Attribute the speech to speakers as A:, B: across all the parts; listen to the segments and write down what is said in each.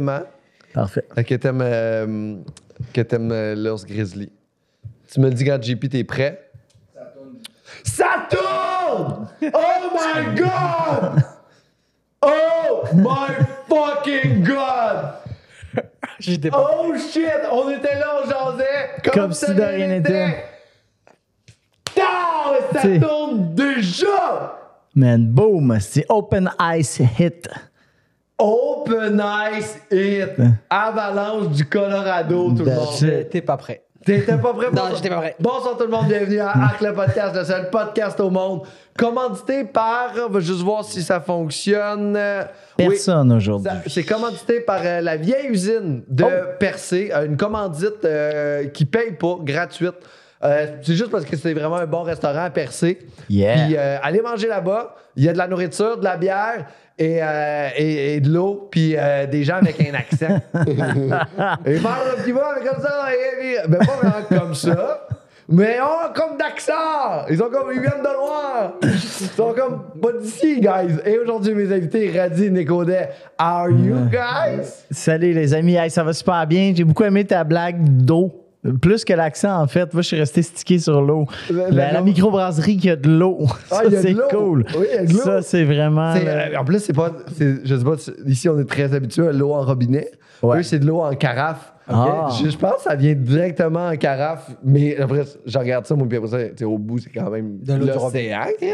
A: Matt,
B: Parfait.
A: que t'aimes euh, que t'aimes euh, l'ours grizzly. Tu me le dis quand JP t'es prêt. Ça tourne! Oh my god! Oh my fucking god!
B: J'étais pas.
A: Oh shit! On était là, on jasait comme,
B: Comme si de rien n'était.
A: Tard! Ah, Ça
B: T'sais.
A: tourne déjà!
B: Man, boom! C'est Open Ice Hit.
A: Open ice hit! Avalanche du Colorado, tout le
B: Hein? That's
A: monde.
B: it.
C: T'es pas prêt.
A: T'étais pas prêt?
C: Non,
A: bonsoir.
C: j'étais pas prêt.
A: Bonsoir tout le monde, bienvenue à Arc le podcast, le seul podcast au monde. Commandité par, on va juste voir si ça fonctionne. Euh, oui,
B: Personne aujourd'hui.
A: ça- C'est commandité par euh, la vieille usine de
C: Oh.
A: Percé, euh, une commandite euh, qui paye pas, gratuite. Euh, c'est juste parce que c'est vraiment un bon restaurant à Percé.
B: Yeah.
A: Puis euh, allez manger là-bas, il y a de la nourriture, de la bière et, euh, et- et de l'eau, puis euh, des gens avec un accent. et parle un petit peu mais comme ça, et- et- ben pas vraiment comme ça. Mais on comme d'accent! Ils sont comme, ils viennent de loin! Ils sont comme, pas d'ici, guys! Et aujourd'hui, mes invités, Radhi Nicodet, are you guys?
B: Salut les amis, Hey, ça va super bien. J'ai beaucoup aimé ta blague d'eau. Plus que l'accent, en fait. Moi, je suis resté stické sur l'eau.
A: Le-
B: La,
A: le-
B: la microbrasserie qui a de l'eau.
A: Ah,
B: Ça,
A: il y a de
B: c'est
A: l'eau.
B: cool.
A: Oui, il y a de l'eau.
B: Ça, c'est vraiment.
A: C'est-
B: le-
A: euh, en plus, c'est pas, c'est- je sais pas, c'est- ici, on est très habitué à l'eau en robinet.
B: Ouais.
A: Eux, c'est de l'eau en carafe.
B: Ah.
A: Je, je pense que ça vient directement en carafe, mais après, je regarde ça, moi, puis après ça, tu sais, au bout, c'est quand même
C: De l'eau du
A: l'océan,
B: Ah,
A: Chris.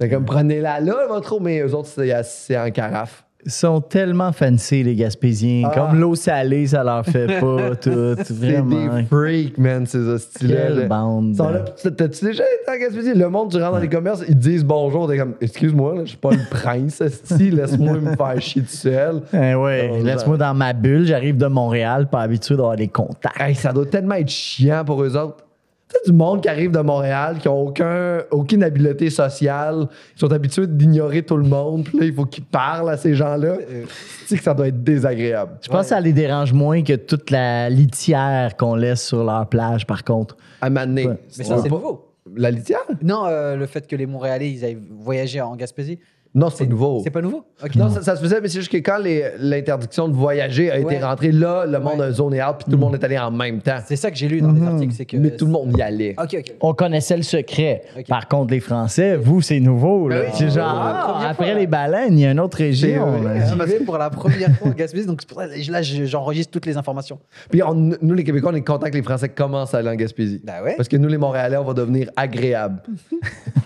A: Fait comme, prenez-la là, votre eau, mais eux autres, c'est, c'est en carafe.
B: Ils sont tellement fancy, les Gaspésiens.
A: Ah.
B: Comme l'eau salée, ça leur fait pas tout.
A: C'est
B: Vraiment.
A: des freaks, man, ces hosties-là.
B: Quelle
A: là.
B: bande.
A: Ils sont là, pis T'as-tu déjà été en Gaspésie? Le monde, tu rentres dans les commerces, ils te disent bonjour, t'es comme, excuse-moi, là, je suis pas le prince, si, laisse-moi me faire chier tout seul.
B: Eh ouais,
A: Oh,
B: laisse-moi dans ma bulle. J'arrive de Montréal, pas habitué d'avoir des contacts.
A: Hey, ça doit tellement être chiant pour eux autres. C'est du monde qui arrive de Montréal, qui n'ont aucun, aucune habileté sociale, ils sont habitués d'ignorer tout le monde, puis là, il faut qu'ils parlent à ces gens-là.
C: Euh,
A: Tu sais que ça doit être désagréable.
B: Je pense que ça les dérange moins que toute la litière qu'on laisse sur leur plage, par contre.
A: À m'amener.
C: Mais ça, c'est nouveau.
A: La litière?
C: Non, euh, le fait que les Montréalais, ils aillent voyager en Gaspésie,
A: Non, c'est nouveau.
C: c'est pas nouveau. Ok.
A: Non, ça, ça se faisait, mais c'est juste que quand les- l'interdiction de voyager a
C: Ouais.
A: été rentrée, là, le monde
C: Ouais. Mm.
A: a zoné out, puis tout le monde est allé en même temps.
C: C'est ça que j'ai lu dans les articles, c'est que.
A: Mm-hmm.
C: Ah,
A: Mais tout le monde y allait.
C: Ok, ok.
B: On connaissait le secret.
C: Ok.
B: Par contre, les Français, vous, c'est nouveau. là.
C: Ben oui,
B: c'est
C: c'est
B: genre,
C: nouveau.
B: ah,
C: Première
B: après
C: fois.
B: les baleines, il y a une autre région.
A: C'est vrai.
B: là.
C: J'y vais pour la première fois en Gaspésie, donc c'est pour ça que là, je- j'enregistre toutes les informations.
A: Puis on- nous, les Québécois, on est contents que les Français commencent à aller en Gaspésie.
C: Bah ouais.
A: Parce que nous, les Montréalais, on va devenir agréables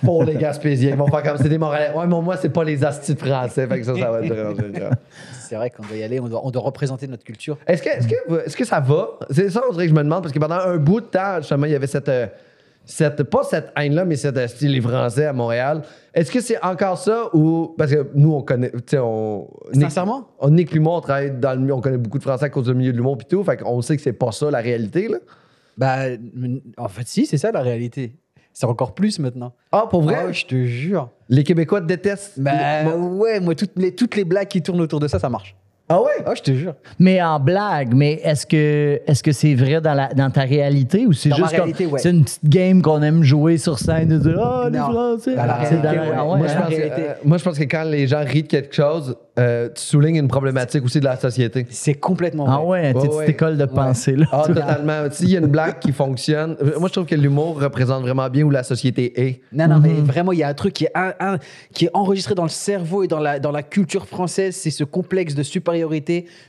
A: pour les Gaspésiens. Ils vont faire comme c'est des Montréalais. Ouais, mais moi, c'est pas les astis de français. Fait que ça, ça va être déranger. les gens.
C: C'est vrai qu'on doit y aller, on doit, on doit représenter notre culture.
A: Est-ce que, est-ce que, vous- est-ce que ça va? C'est ça, on dirait que je me demande, parce que pendant un bout de temps, justement, il y avait cette. euh, cette pas cette haine-là, mais cette euh, style les Français à Montréal. Est-ce que c'est encore ça ou. Parce que nous, on connaît. Tu sais, on. Nick-
C: Sincèrement?
A: on, Nick puis moi, on travaille dans le milieu, on connaît beaucoup de Français à cause du milieu de l'humour puis tout. Fait qu'on sait que c'est pas ça la réalité, là.
C: Bah, en fait, si, c'est ça la réalité. C'est encore plus maintenant.
A: Ah, pour vrai?
C: Ah ouais, je te jure.
A: Les Québécois détestent.
C: Bah
A: le-
C: ouais, moi, toutes les, toutes les blagues qui tournent autour de ça, ça marche.
A: Ah ouais?
C: Ah, je te jure.
B: Mais en blague, mais est-ce que est-ce que c'est vrai dans, la, dans ta réalité ou c'est
C: Dans ma
B: juste comme-
C: réalité, ouais.
B: c'est une petite game qu'on aime jouer sur scène de dire ah les
C: Non.
B: Français.
C: Dans la
B: C'est
C: réalité, ouais.
B: ah
A: Moi,
C: Ouais,
A: je
C: la
A: pense que,
C: réalité.
A: euh, moi, je pense que quand les gens rient de quelque chose, euh, tu soulignes une problématique aussi de la société.
C: C'est complètement vrai.
B: Ah ouais, t'es
A: Ouais,
B: petite
A: ouais.
B: école de pensée là.
A: Ah, totalement. S'il y a une blague qui fonctionne, euh, moi, je trouve que l'humour représente vraiment bien où la société est.
C: Non, non, mais vraiment, il y a un truc qui est, un- un- qui est enregistré dans le cerveau et dans la, dans la culture française, c'est ce complexe de supériorité.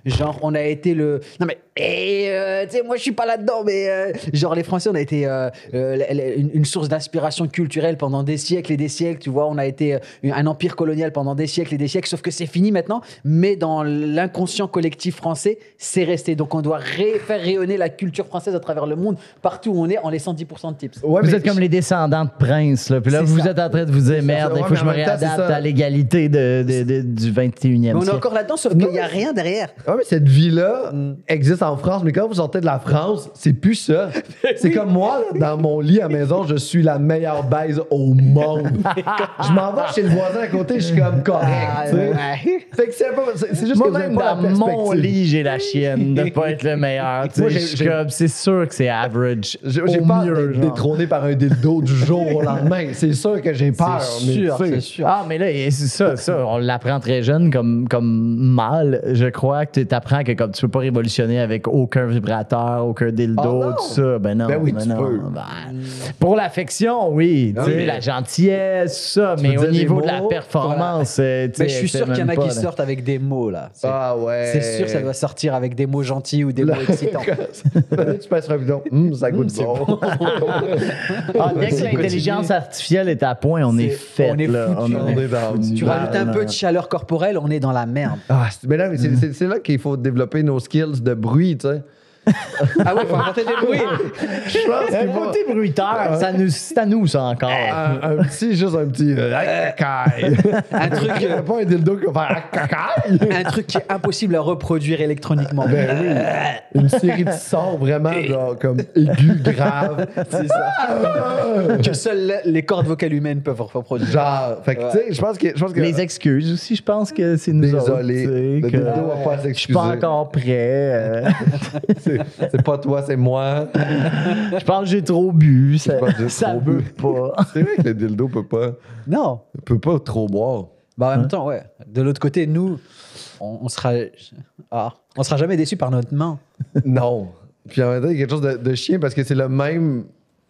C: Genre, on a été le. Non, mais. eh, euh, tu sais, moi, je suis pas là-dedans, mais. euh, genre, les Français, on a été euh, euh, la- la- une, une source d'inspiration culturelle pendant des siècles et des siècles. Tu vois, on a été euh, un empire colonial pendant des siècles et des siècles, sauf que c'est fini maintenant. Mais dans l'inconscient collectif français, c'est resté. Donc, on doit ré- faire rayonner la culture française à travers le monde, partout où on est, en laissant 10% de tips.
A: Ouais,
B: vous
A: mais-
B: êtes comme les descendants de princes, là. Puis là,
C: C'est
B: vous
C: ça.
B: êtes en train de vous dire, merde,
A: ça,
B: il
A: ouais,
B: faut que je
A: mais
B: me
A: en même temps, c'est
B: réadapte
A: ça.
B: à l'égalité de, de- de- du 21e
C: Mais on est
B: siècle.
C: encore là-dedans, sauf qu'il n'y a rien derrière.
A: Ouais, mais cette Ah, vie-là existe en France, mais quand vous sortez de la France, c'est plus ça.
C: Ben
A: C'est comme moi, là, dans mon lit à maison, je suis la meilleure baise au monde. je m'en vais chez le voisin à côté, je suis comme correct.
C: Ah,
A: tu sais.
C: ouais.
A: Fait que c'est pas- c'est c'est juste que vous avez
B: Moi-même,
A: pas
B: dans
A: la
B: mon
A: perspective.
B: lit, j'ai la chienne de pas être le meilleur. tu sais.
A: Moi, j'ai-
B: Je suis
A: j'ai-
B: comme, C'est sûr que c'est average.
A: J'ai
B: au
A: j'ai peur
B: mieux,
A: d'être
B: genre.
A: détrôné par un dildo du jour au lendemain. C'est sûr que j'ai peur.
C: C'est
A: mais
C: sûr,
A: tu sais,
C: c'est sûr.
B: Ah, mais là, et c'est ça, ça, on l'apprend très jeune comme, comme mal. Je crois que tu apprends que comme tu peux pas révolutionner avec aucun vibrateur, aucun dildo,
A: Ah non!
B: tout ça. Ben non.
A: Ben oui, tu
B: non.
A: peux.
B: Ben, pour l'affection, oui. tu sais,
A: mais-
B: La gentillesse, ça. mais
A: veux
B: au
A: dire des
B: niveau de la
A: mots?
B: performance, euh, tu sais,
C: Mais Ben, je suis
B: c'est
C: sûr qu'il y en a
B: même
C: qui
B: pas, là.
C: sortent avec des mots, là. C'est
A: Ah ouais.
C: c'est sûr que ça doit sortir avec des mots gentils ou des mots excitants.
A: tu passes un bidon. Hum, ça goûte
C: c'est
A: bon.
B: Ah, dès que
A: C'est
B: l'intelligence artificielle est à point, on est,
C: C'est-
B: fait.
C: on est
B: là.
C: foutu.
A: On est dans
B: foutu.
A: du-
C: Tu
A: Bah,
C: rajoutes un
B: là.
C: peu de chaleur corporelle, on est dans la merde.
A: Ah, c'est- mais là, mais c'est-
C: Hum.
A: c'est c'est là qu'il faut développer nos skills de bruit, tu sais.
C: Ah ouais, faut inventer des bruits.
A: Je pense
B: Un
A: qu'il faut
B: côté Eh, bruiteur, ça nous, c'est à nous, ça encore.
A: un, un petit, juste un petit. euh, Acaille.
C: Un truc,
A: Il y a
C: euh,
A: pas un dildo qui va faire acaille.
C: un truc qui est impossible à reproduire électroniquement.
A: Ben oui.
C: Euh.
A: Une série de sons vraiment genre comme aigu, grave. C'est ça.
C: que seules les cordes vocales humaines peuvent reproduire.
A: Genre, fait que tu sais, je pense que. Je pense que
B: Les excuses aussi, je pense que c'est nous
A: Désolé.
B: autres, tu sais,
A: Le
B: que-
A: dildo va pas
B: Je suis pas
A: s'excuser.
B: encore prêt. euh,
A: C'est c'est pas toi, c'est moi.
B: je pense que j'ai trop bu. Ça,
A: pense que j'ai
B: ça
A: trop bu.
B: veut pas.
A: C'est vrai que le dildo peut pas,
C: Non.
A: peut pas trop boire.
C: Bah, en
B: Hein?
C: même temps, ouais. De l'autre côté, nous, on, on sera, ah, on sera jamais déçus par notre main.
A: Non. Puis en même temps, il y a quelque chose de, de chien parce que c'est le même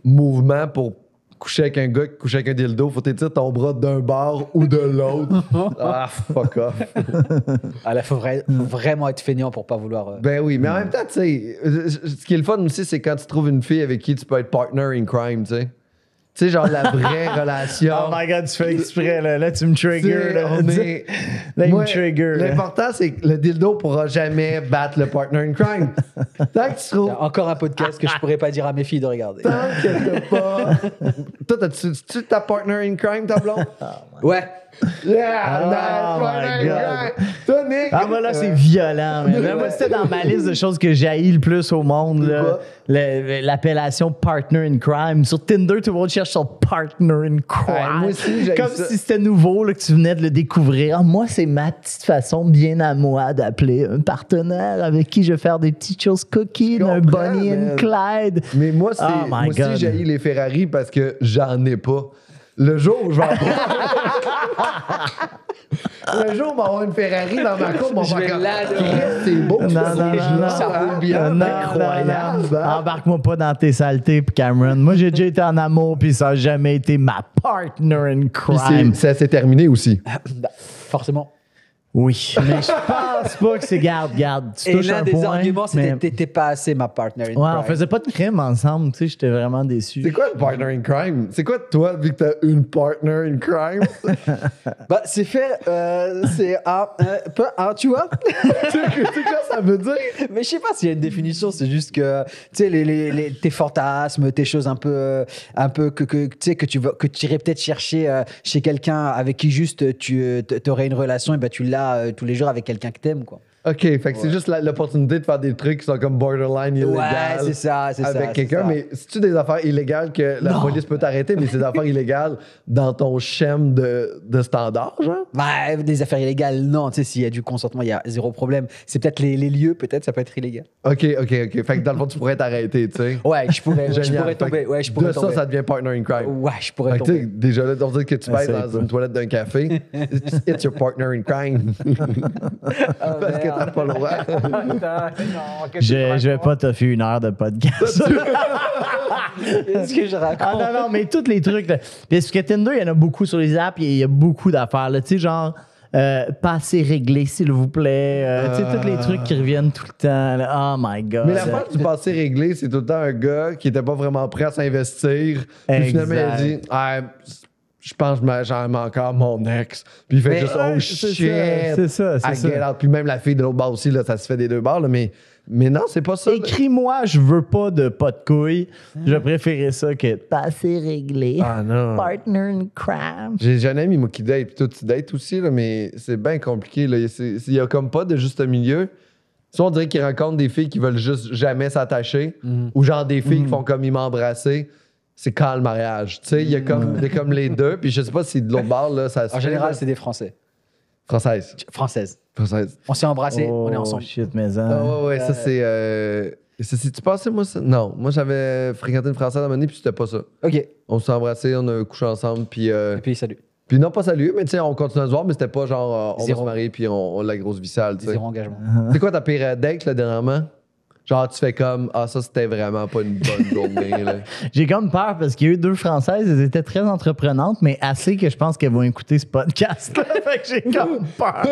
A: mouvement pour coucher avec un gars que coucher avec un dildo. Faut t'étirer ton bras d'un bord ou de l'autre. ah, fuck off.
C: Ah là, faut, vrai-
B: Hmm.
C: faut vraiment être feignant pour pas vouloir. euh,
A: Ben oui, mais en même temps, tu sais, euh, ce qui est le fun aussi, c'est quand tu trouves une fille avec qui tu peux être partner in crime, tu sais. Tu sais, genre la vraie relation.
B: Oh my god, tu fais exprès là. Là, tu me
A: Tu sais,
B: triggers. Là,
A: on est-
B: Là, il
A: Moi,
B: me trigger. là.
A: L'important, c'est que le dildo pourra jamais battre le partner in crime. Tant que tu
C: y
A: trouves
C: a encore un podcast que je pourrais pas dire à mes filles de regarder.
A: tant que t'as pas. Toi, t'as-tu tu ta partner in crime, ta blonde?
C: Ouais.
A: Yeah!
B: Oh
A: nice,
B: my
A: partner in
B: God.
A: crime! Toi, Nick! euh,
B: Ah, moi, là, c'est violent. man. Là, moi, c'était dans ma liste de choses que j'haïs le plus au monde. là.
A: Quoi?
B: Le- L'appellation partner in crime. Sur Tinder, tout le monde cherche son partner in crime.
A: Ouais, Ah, moi aussi, j'haïs
B: Comme
A: ça.
B: si c'était nouveau, là, que tu venais de le découvrir. Ah, moi, c'est ma petite façon bien à moi d'appeler un partenaire avec qui je vais faire des petites choses coquines, un
A: comprends,
B: Bonnie
A: man.
B: and Clyde.
A: Mais moi, c'est.
B: Oh my
A: moi aussi,
B: God.
A: j'ai les Ferrari parce que j'en ai pas. Le jour où je vais en avoir. Le jour où on va avoir une Ferrari dans ma cour, on
C: Je
A: va
C: vais
A: faire
C: l'adorer.
A: Christ, C'est beau,
B: Non,
A: ça,
B: non,
A: je
B: non,
A: l'adore,
B: non.
A: hein. bien,
B: Non,
A: incroyable.
B: non, non.
A: hein.
B: Embarque-moi pas dans tes saletés, Cameron. Moi, j'ai déjà été en amour, puis ça n'a jamais été ma partner in
A: Puis
B: crime.
A: c'est- ça s'est terminé aussi.
C: Bah, forcément.
B: Oui, mais je pense pas que c'est garde, garde. Tu
C: Et
B: touches
C: l'un
B: un
C: des
B: point,
C: arguments, c'était
B: mais-
C: t'étais pas assez ma partner. in
B: Ouais, on
C: crime.
B: faisait pas de crime ensemble, tu sais, j'étais vraiment
A: C'est
B: déçu.
A: quoi le partner in crime? C'est quoi toi, vu que t'as une partner in crime?
C: Bah, c'est fait. euh, c'est un, un peu un, tu vois.
A: tu sais que- tu sais quoi ça veut dire?
C: Mais je sais pas s'il y a une définition, c'est juste que tu sais les, les, les- tes fantasmes, tes choses un peu euh, un peu que, que tu sais que tu vas que tu irais peut-être chercher euh, chez quelqu'un avec qui juste tu aurais une relation et ben tu l'as euh, tous les jours avec quelqu'un que t'aimes quoi.
A: OK, fait que c'est juste la- l'opportunité de faire des trucs qui sont comme borderline
C: Ouais,
A: illégales
C: c'est ça, c'est ça.
A: avec
C: c'est
A: quelqu'un,
C: ça.
A: mais c'est-tu des affaires illégales que la
C: Non.
A: police peut t'arrêter, mais c'est des affaires illégales dans ton schem de, de standard, genre?
C: Bah, des affaires illégales, non, tu sais, s'il y a du consentement, il y a zéro problème. C'est peut-être les, les lieux, peut-être, ça peut être illégal.
A: OK, OK, OK. Fait que dans le fond, tu pourrais t'arrêter, tu sais.
C: Ouais, je pourrais, je
A: Génial.
C: pourrais
A: Fait que
C: tomber. Ouais, je pourrais
A: de
C: tomber.
A: ça, ça devient partner in crime.
C: Ouais, je pourrais
A: Fait que tu sais,
C: tomber.
A: déjà là, on dit que tu vas
B: Essaye
A: dans
B: pas.
A: une toilette d'un café, it's, it's your partner in crime.
C: Ah,
A: Parce que t'as
C: merde.
A: pas le droit.
C: Putain, non, qu'est-ce
B: Je,
C: que
B: je vais pas t'offrir une heure de podcast.
C: Qu'est-ce que je raconte
B: Ah non, non, mais tous les trucs. Là. Puis Parce que Tinder, il y en a beaucoup sur les apps, il y a beaucoup d'affaires. là. Tu sais, genre, euh, passez réglé, s'il vous plaît. Euh, Tu sais, tous les trucs qui reviennent tout le temps. là. Oh my God.
A: Mais la part du passé réglé, c'est tout le temps un gars qui était pas vraiment prêt à s'investir. Puis
B: Exact.
A: finalement, il a dit Ah, Je pense que je j'aime encore mon ex. Puis il fait
C: Mais-
A: juste
B: Ouais,
A: Oh
B: c'est
A: shit.
B: ça, c'est ça, c'est
A: I
B: ça.
A: get out. Puis même la fille de l'autre bord aussi, là, ça se fait des deux bords. là, mais, mais non, c'est pas ça.
B: Écris-moi, je veux pas de pas de couilles. Je préférais ça que passé réglé.
A: Ah non.
B: Partner in crime.
A: J'ai un ami, moi, qui date, puis toi, tu dates aussi, là, mais c'est bien compliqué. là. C'est- c'est- Il y a comme pas de juste milieu. Soit on dirait qu'ils rencontrent des filles qui veulent juste jamais s'attacher,
B: Mm.
A: ou genre des
C: Hmm.
A: filles qui font comme ils m'embrassaient. C'est quand le mariage? Tu sais, il y a comme, il y a comme les deux. Puis je sais pas si de l'autre bord, là, ça se
C: Hmm. En
A: fait,
C: général,
A: là.
C: c'est des Français.
A: Française.
C: Françaises.
A: Française.
C: On s'est embrassés,
B: Oh,
C: on est ensemble.
B: shit, mais hein.
A: Ah ouais, ouais, ça
C: Euh,
A: c'est. Euh... ça, c'est- tu pensais, moi, ça? Non. Moi, j'avais fréquenté une Française à un moment donné, puis c'était pas ça.
C: Ok. Et
A: On s'est embrassés, on a couché ensemble, puis. euh,
C: puis salut.
A: Puis non, pas salut, mais tu sais, on continue à se voir, mais c'était pas genre euh, on
C: Zéro.
A: va se marier, puis on, on a la grosse vissale, tu sais.
C: Zéro engagement.
A: C'est quoi ta pire euh, date, là, dernièrement? Genre, tu fais comme, ah, ça, c'était vraiment pas une bonne journée, là.
B: J'ai comme peur parce qu'il y a eu deux Françaises, elles étaient très entreprenantes, mais assez que je pense qu'elles vont écouter ce podcast. fait que j'ai comme peur.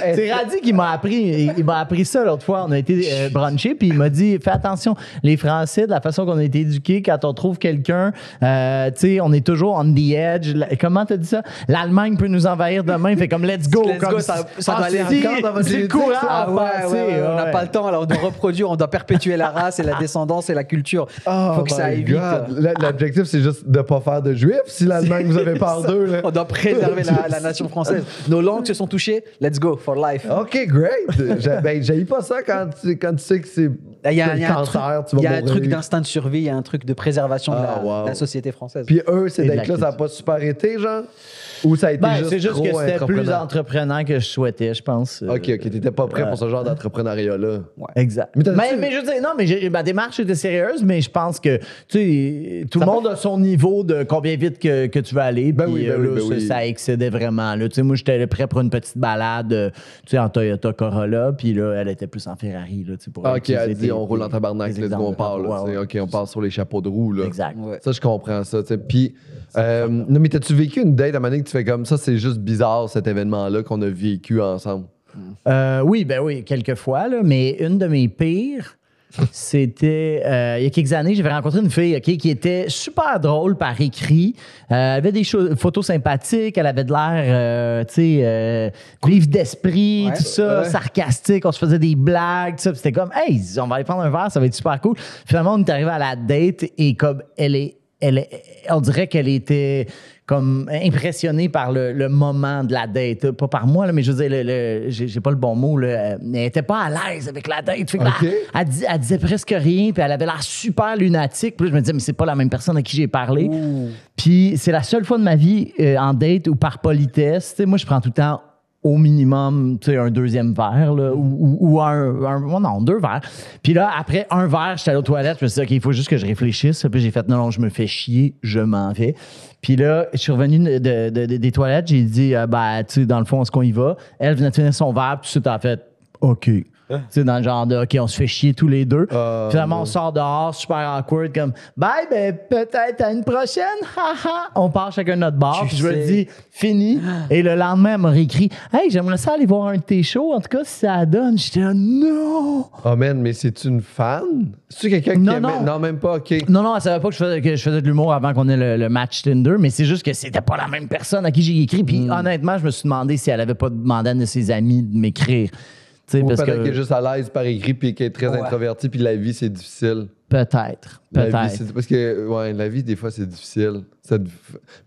B: C'est Radi qui m'a appris, il, il m'a appris ça l'autre fois. On a été euh, brunchés, puis il m'a dit fais attention, les Français, de la façon qu'on a été éduqués, quand on trouve quelqu'un, euh, tu sais, on est toujours on the edge. La- comment t'as dit ça L'Allemagne peut nous envahir demain. Fait comme let's go,
A: Oh,
C: Let's
B: comme
C: go, ça- ça
B: Ah,
C: doit aller
B: si,
A: encore dans votre
B: C'est le
A: génétique,
B: courant.
A: ça.
B: à
C: Ah ouais,
B: passer,
C: ouais, ouais, on n'a
B: ouais.
C: pas le temps, alors on doit reproduire, on doit perpétuer la race et la descendance et la culture. Faut que
A: Oh
C: ça
A: my
C: aille vite.
A: God. L- L'objectif, c'est juste de pas faire de juifs si l'Allemagne vous avez par
C: Ça,
A: deux, là.
C: On doit préserver la, la nation française. Nos langues se sont touchées. Let's go for life.
A: OK, great. J'ai- ben, j'haïs pas ça quand tu, quand tu sais que c'est
C: Ah, Il Ben, y a,
A: le
C: il y a un truc,
A: cancer, tu vas
C: il y a un
A: mourir.
C: truc d'instinct de survie, il y a un truc de préservation de la,
A: Ah, wow.
C: de la société française.
A: Puis eux, c'est
B: Et de la
A: d'être là, ça n'a pas super été, genre? Ou ça a été
B: Ben,
A: juste
B: c'est juste
A: trop
B: que c'était plus
A: entreprenant?
B: entreprenant que je souhaitais, je pense. Euh,
A: OK, OK, t'étais pas prêt pour ce genre d'entrepreneuriat-là.
B: Exact.
A: Mais
B: Mais,
A: t'as- tu-
B: mais je veux dire, non, mais j'ai- ma démarche était sérieuse, mais je pense que, tu sais, tout le monde a son niveau de combien vite que, que tu vas aller.
A: Ben
B: puis,
A: oui, ben
B: euh, là,
A: oui, ben
B: ça,
A: oui.
B: ça excédait vraiment. Là. Tu sais, moi, j'étais prêt pour une petite balade, euh, tu sais, en Toyota Corolla, puis là, elle était plus en Ferrari, là, tu sais, pour
A: Ah, OK,
B: utiliser
A: elle dit,
B: des-
A: on roule en
B: des-
A: tabarnak,
B: des
A: let's go, on
B: exemples.
A: part. là,
B: Ouais,
A: tu sais,
B: ouais.
A: OK, on part sur les chapeaux de roue, là.
B: Exact.
C: Ouais.
A: Ça, je comprends ça, tu sais. Puis, euh, non, mais t'as-tu vécu une date à un moment donné que tu fais comme ça? C'est juste bizarre, cet événement-là qu'on a vécu ensemble.
B: Euh, oui, ben oui, quelques fois, là, mais une de mes pires, c'était euh, il y a quelques années, j'avais rencontré une fille ok, qui était super drôle par écrit. Euh, elle avait des cho- photos sympathiques, elle avait de l'air, euh, tu sais, euh, vive d'esprit,
C: Ouais,
B: tout ça,
A: ouais.
B: sarcastique, on se faisait des blagues, tout ça. puis C'était comme, hey, on va aller prendre un verre, ça va être super cool. Finalement, on est arrivé à la date et comme elle est elle, est- on dirait qu'elle était comme impressionnée par le, le moment de la date. Pas par moi, là, mais je veux dire, le- le- j'ai j'ai pas le bon mot. Là. Elle était pas à l'aise avec la date. Fait que là,
A: Ok.
B: elle, dis- elle disait presque rien, puis elle avait l'air super lunatique. Puis là, je me disais, mais c'est pas la même personne à qui j'ai parlé. Puis c'est la seule fois de ma vie euh, en date ou par politesse. Tu sais, moi, je prends tout le temps au minimum tu sais, un deuxième verre là, ou, ou- ou un, un- oh non deux verres puis là après un verre j'étais allé aux toilettes je me suis dit ok il faut juste que je réfléchisse puis j'ai fait non non je me fais chier je m'en vais puis là je suis revenu de- de- de- des toilettes j'ai dit euh, ben tu sais dans le fond est-ce qu'on y va elle venait de finir son verre puis tout de suite, elle a fait ok tu sais dans le genre de ok on se fait chier tous les deux
A: Euh,
B: finalement on sort dehors super awkward comme bye ben peut-être à une prochaine haha on part chacun de notre bar
C: Tu
B: puis je me
C: sais.
B: dis fini. Et le lendemain, elle m'a réécrit Hey, j'aimerais ça aller voir un de tes shows. En tout cas, si ça donne. J'étais là, non
A: Oh man, mais c'est-tu une fan? C'est-tu quelqu'un qui
B: Non,
A: aimait?
B: non.
A: Non, même pas, OK.
B: Non, non, elle savait pas que je faisais, que je faisais de l'humour avant qu'on ait le, le match Tinder, mais c'est juste que c'était pas la même personne à qui j'ai écrit. Puis honnêtement, je me suis demandé si elle avait pas demandé à un de ses amis de m'écrire. Tu sais,
A: Ou
B: parce
A: peut-être
B: que
A: qu'elle est juste à l'aise par écrit, puis qu'elle est très
C: Ouais.
A: introvertie, puis la vie, c'est difficile.
B: peut-être,
A: La vie,
B: peut-être.
A: c'est- parce que ouais, la vie, des fois, c'est difficile. Ça te-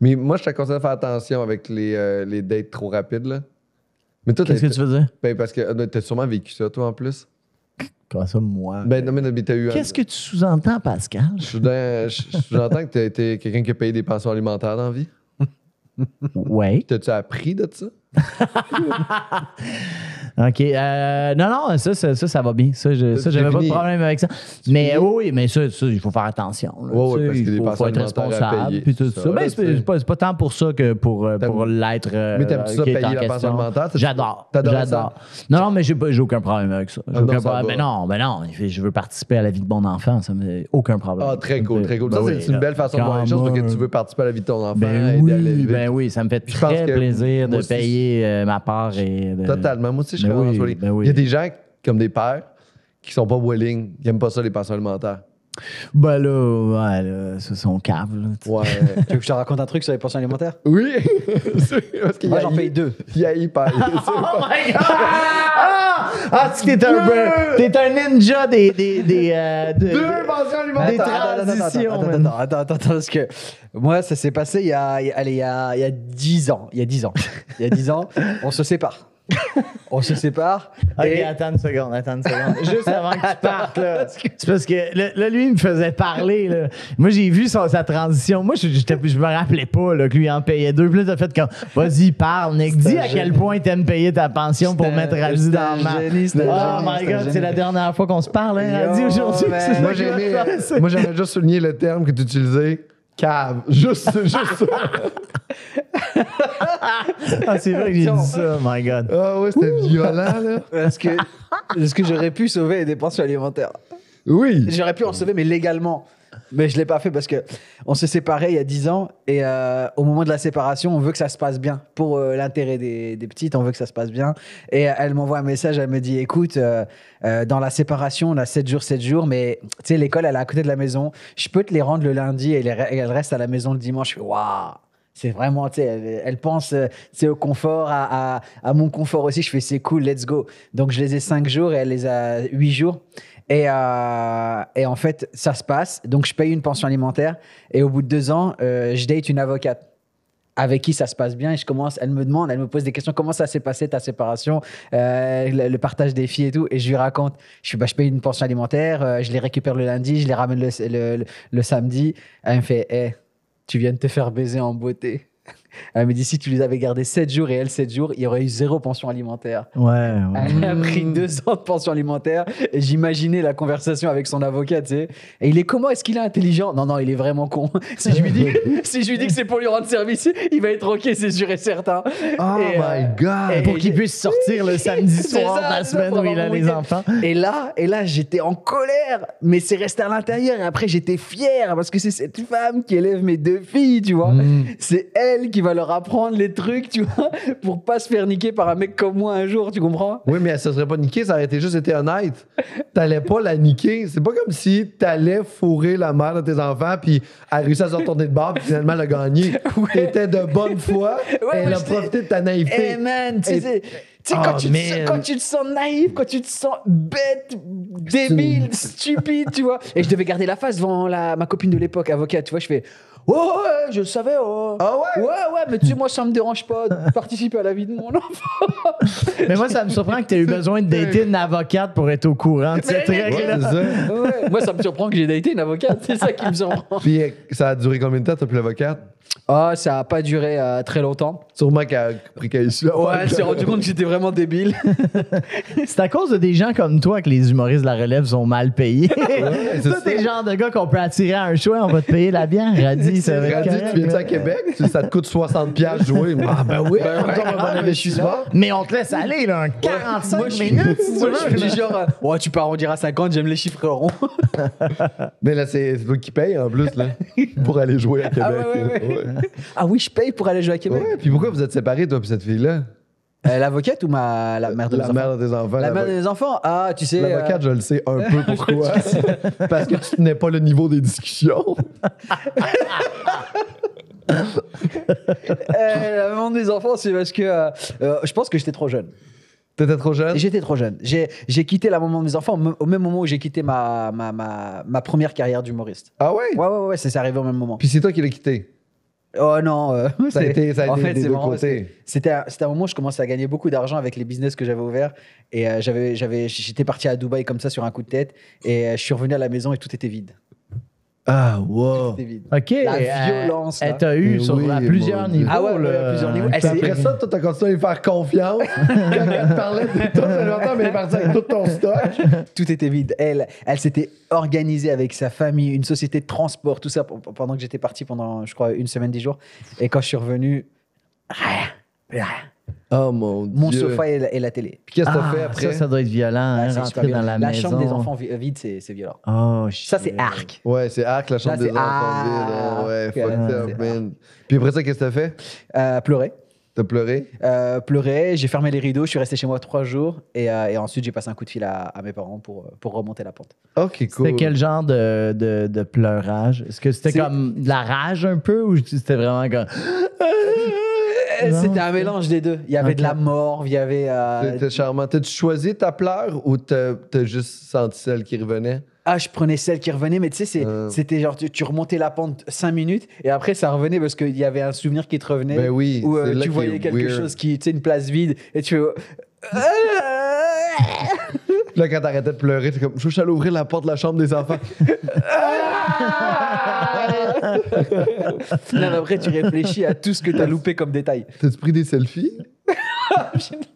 A: mais moi, je te conseille de faire attention avec les, euh, les dates trop rapides. Là. Mais toi,
B: Qu'est-ce que
A: t'as-
B: tu veux dire
A: ben, parce que euh, t'as sûrement vécu ça, toi, en plus.
B: Comment ça, moi
A: Ben non, mais, non, mais t'as eu. un-
B: Qu'est-ce que tu sous-entends, Pascal
A: Soudain, je- je- j'entends que t'as été quelqu'un qui a payé des pensions alimentaires dans la vie.
B: Ouais.
A: T'as-tu appris de ça?
B: OK. euh, non, non, ça, ça, ça, ça va bien. Ça, je, ça,
A: C'est
B: j'avais pas de
A: fini.
B: problème avec ça. Mais oui, oui, mais ça, ça, il faut faire attention. là.
A: Ouais, ouais,
B: Tu sais,
A: parce que les personnes
B: il faut, faut être
A: alimentaires à payer,
B: responsable. Puis tout
A: ça,
B: ça.
A: là,
B: Ben,
A: tu sais.
B: c'est, c'est pas, c'est pas tant pour ça que pour, euh,
A: T'aimes-
B: pour l'être. euh,
A: Mais t'aimes-tu ça,
B: qui est
A: payer
B: en
A: la pension
B: question.
A: alimentaire? T'as-
B: J'adore.
A: t'adorais
B: J'adore. Non, non, mais j'ai, pas- j'ai aucun problème avec ça. J'ai
A: Ah non,
B: aucun
A: ça
B: problème.
A: va.
B: Mais non, mais non, je veux participer à la vie de mon enfant. Ça me aucun problème.
A: Ah, très cool, très cool.
B: Ben
A: ça,
B: oui,
A: c'est une
B: là.
A: belle façon de voir les choses parce que
B: Come
A: tu
B: on.
A: veux participer à la vie de ton enfant.
B: Ben
A: aider à
B: oui,
A: l'élever.
B: ben oui, ça me fait
A: Je pense
B: très
A: que
B: plaisir
A: moi
B: de
A: aussi,
B: payer euh, ma part et de-
A: Totalement. Moi aussi, je
B: Ben
A: serais
B: oui,
A: vraiment sur les-
B: ben oui.
A: Il y a des gens, comme des pères, qui sont pas willing, qui aiment pas ça, les pensions alimentaires.
B: Ben là, ouais, là, ça, c'est on cave. là, tu sais.
A: Ouais.
C: Tu veux que je te raconte un truc sur les pensions alimentaires
A: oui. C'est- parce qu'il
C: Moi,
A: y a
C: j'en paye deux.
A: Il y a hyper.
B: Oh my god! Ah! Ah, tu t'es un, t'es un ninja des. des, des, euh, de-
A: Deux pensions
B: Des
A: alimentaires.
B: tra- transitions,
C: Attends, attends,
B: man.
C: attends, attends, attends, parce que moi, ça s'est passé il y a, il y a- allez, il y a, il y a 10 ans. Il y a 10 ans. Il y a 10 ans, on se sépare. On se sépare.
B: Ok,
C: et-
B: attends une seconde, attends une seconde. Juste avant que tu partes, là. C'est parce que là, là, lui, il me faisait parler, là. Moi, j'ai vu son- sa transition. Moi, je, j'étais- je me rappelais pas, là, que lui en payait deux. Puis là, t'as fait comme, vas-y, parle, Nick. Dis à quel point t'aimes payer ta pension pour
C: C'était-
B: mettre Razi
C: c'était
B: dans
C: un
B: le marbre.
C: génie, c'était un
B: Oh
C: génie,
B: my
C: c'était un
B: God,
C: génie.
B: c'est la dernière fois qu'on se parle, hein, Razi,
C: Yo,
B: aujourd'hui.
C: man.
A: Moi,
B: C'est ça que je
A: j'aimais,
B: vais faire,
A: euh, moi, j'aimerais juste souligner le terme que tu utilisais. Cave. Juste, juste ça.
B: Ah, c'est vrai que j'ai dit ça, my God.
A: Ah ouais, c'était violent, là.
C: Parce que, parce que j'aurais pu sauver les dépenses alimentaires.
A: Oui.
C: J'aurais pu en sauver, mais légalement. Mais je l'ai pas fait parce que on se séparait il y a 10 ans et euh, au moment de la séparation, on veut que ça se passe bien. Pour euh, l'intérêt des, des petites, on veut que ça se passe bien. Et euh, elle m'envoie un message, elle me dit Écoute, euh, euh, dans la séparation, on a 7 jours, 7 jours, mais tu sais, l'école, elle est à côté de la maison. Je peux te les rendre le lundi et, les re- et elle reste à la maison le dimanche. Je fais Waouh c'est vraiment, tu sais, elle, elle pense euh, tu sais, au confort, à, à- à mon confort aussi. Je fais, c'est cool, let's go. Donc, je les ai 5 jours et elle les a 8 jours. Et, euh, et en fait, ça se passe. Donc, je paye une pension alimentaire. Et au bout de deux ans, euh, je date une avocate avec qui ça se passe bien. Et je commence, elle me demande, elle me pose des questions. Comment ça s'est passé ta séparation, euh, le, le partage des filles et tout. Et je lui raconte. Je suis, bah, je paye une pension alimentaire. euh, je les récupère le lundi. Je les ramène le, le- le- le samedi. Elle me fait, Eh, tu viens de te faire baiser en beauté. Elle me dit, si tu les avais gardés 7 jours et elle 7 jours, il y aurait eu zéro pension alimentaire.
B: Ouais, ouais.
C: Elle a pris
A: Mmh.
C: deux ans de pension alimentaire. Et J'imaginais la conversation avec son avocat, tu sais. Et il est comment Est-ce qu'il est intelligent Non, non, il est vraiment con. Si je lui dis, si je lui dis que c'est pour lui rendre service, il va être ok, c'est sûr et certain.
A: Oh
C: Et, euh,
A: my God.
C: et-
B: Pour qu'il puisse sortir le samedi
C: C'est
B: soir
C: ça,
B: de la
C: c'est ça,
B: semaine
C: pour
B: où il
C: avoir
B: a
C: mon
B: les
C: week-end.
B: enfants.
C: Et là, et là, j'étais en colère, mais c'est resté à l'intérieur. Et après, j'étais fier parce que c'est cette femme qui élève mes deux filles, tu vois.
A: Mmh.
C: C'est elle qui va leur apprendre les trucs, tu vois, pour pas se faire niquer par un mec comme moi un jour, tu comprends
A: Oui, mais ça serait pas niqué, ça aurait été juste été honnête. T'allais pas la niquer. C'est pas comme si t'allais fourrer la mère de tes enfants, puis elle réussit à se retourner de bord, puis finalement elle a gagné. T'étais de bonne foi,
C: mais
A: elle a
C: j'étais-
A: profité de ta naïveté.
C: Eh man, tu
A: Et-
C: sais, tu sais,
A: Oh,
C: quand, tu te
A: man.
C: sens- quand tu te sens naïf, quand tu te sens bête, débile, stupide, tu vois. Et je devais garder la face devant la, ma copine de l'époque, avocate, tu vois. Je fais, oh ouais, je le savais, oh.
A: Ah ouais?
C: Ouais, ouais, mais tu sais, moi, ça me dérange pas de participer à la vie de mon enfant.
B: Mais moi, ça me surprend que tu aies eu besoin de dater une avocate pour être au courant de cette
C: Mais-
A: Ouais,
B: règle-là.
A: c'est ça.
C: Ah Ouais. Moi, ça me surprend que j'ai daté une avocate, c'est ça qui me surprend.
A: Puis euh, ça a duré combien de temps, t'as plus l'avocate?
C: Ah, ça a pas duré euh, très longtemps.
A: Sûrement qu'elle a pris qu'elle issue.
C: Ouais, elle s'est rendu compte que j'étais vraiment débile.
B: C'est à cause de des gens comme toi que les humoristes de la relève sont mal payés.
A: c'est
B: Toi, t'es
A: ça.
B: le genre de gars qu'on peut attirer à un show, on va te payer la bière, Radis. ça va être
A: Radis,
B: correct,
A: tu viens
B: là.
A: à Québec, tu- ça te coûte 60$ piastres jouer. Ah ben oui,
C: Ben ouais,
A: on va pas d'investissement.
B: Mais on te laisse aller, là, un 45
C: Moi, je suis-
B: minutes, si tu
C: Moi, je
B: veux.
C: suis du genre, euh, ouais, tu peux arrondir à 50, j'aime les chiffres ronds.
A: Mais là, c'est c'est toi qui paye en plus, là, pour aller jouer à Québec.
C: Ah ouais, ouais,
A: là.
C: ouais. Ah oui, je paye pour aller jouer à
A: Ouais.
C: Québec.
A: Ouais, puis pourquoi vous êtes séparés, toi, puis cette fille-là?
C: Euh, L'avocate ou ma... la mère de mes
A: la
C: enfants
A: mère de tes enfants.
C: La
A: l'avo-
C: mère de mes enfants Ah, tu sais.
A: L'avocate, je le sais un peu pourquoi. Parce que tu tenais pas le niveau des discussions.
C: euh, euh, la mère de mes enfants, c'est parce que euh, euh, je pense que j'étais trop jeune.
A: T'étais trop jeune?
C: J'étais trop jeune. J'ai j'ai quitté la maman de mes enfants au m- au même moment où j'ai quitté ma, ma, ma, ma première carrière d'humoriste.
A: Ah ouais?
C: Ouais, ouais, ouais, c'est c'est arrivé au même moment.
A: Puis c'est toi qui l'as quitté.
C: Oh non. euh,
A: Ça a
C: c'est-
A: été, ça a
C: en
A: été
C: fait,
A: des
C: c'est
A: deux
C: marrant parce que
A: côtés.
C: C'était un, c'était un moment où je commençais à gagner beaucoup d'argent avec les business que j'avais ouverts. Et euh, j'avais j'avais- j'étais parti à Dubaï comme ça sur un coup de tête. Et euh, je suis revenu à la maison et tout était vide.
A: Ah, wow.
C: Tout était vide.
B: OK.
C: La
B: euh,
C: violence, là.
B: Elle t'a eu
A: Mais
B: sur
A: oui,
B: à
A: mon
B: plusieurs
A: Dieu.
B: niveaux.
C: Ah ouais, ouais,
B: là.
C: à plusieurs niveaux. Elle
A: Puis
C: s'est-
A: après ça, toi, t'as continué à lui faire confiance. Quand elle te parlait de toi, longtemps, mais elle est partie avec tout ton stock.
C: Tout était vide. Elle, elle s'était organisée avec sa famille, une société de transport, tout ça p- p- pendant que j'étais parti pendant, je crois, une semaine, dix jours. Et quand je suis revenu, rien, rien.
A: Oh mon dieu.
C: Mon sofa et la, et la télé.
A: Puis qu'est-ce que t'as
B: Ah,
A: fait après?
B: Ça, ça doit être violent, hein,
C: Ah, c'est
B: rentrer
C: super
B: dans
C: violent.
B: la,
C: la
B: maison.
C: chambre des enfants vi- euh, vide, c'est c'est violent.
B: Oh,
C: Ça, c'est
B: shit.
C: arc.
A: Ouais, c'est Arc, la chambre
C: Là, c'est
A: des enfants.
C: Arc.
A: ville, Ouais,
C: Ouais,
A: fucked up,
C: c'est
A: man. Puis après ça, qu'est-ce que t'as fait?
C: Euh, pleurer.
A: T'as pleuré?
C: Euh, pleurer, j'ai fermé les rideaux, je suis resté chez moi trois jours. Et, euh, et ensuite, j'ai passé un coup de fil à, à mes parents pour, euh, pour remonter la pente.
A: Ok, cool.
B: C'était quel genre de, de, de pleurage? Est-ce que c'était
C: C'est-
B: comme de la rage un peu ou c'était vraiment comme.
C: Euh,
B: Non,
C: C'était un
B: ok.
C: mélange des deux. Il y avait
B: Ok.
C: de la mort, il y avait. euh,
A: T'es charmant. T'as-tu choisi ta pleure ou t'as t'as juste senti celle qui revenait?
C: Ah, je prenais celle qui revenait, mais tu sais, c'est-
A: Euh.
C: c'était genre, tu, tu remontais la pente 5 minutes et après, ça revenait parce qu'il y avait un souvenir qui te revenait.
A: Ben oui.
C: Ou euh,
A: c'est là
C: tu
A: que
C: voyais
A: c'est
C: quelque
A: weird.
C: chose qui, tu sais, une place vide et tu fais, euh,
A: Puis là, quand t'arrêtais de pleurer, t'es comme, je suis allé ouvrir la porte de la chambre des enfants.
C: Là, après, tu réfléchis à tout ce que t'as loupé comme détail.
A: T'as-tu pris des selfies?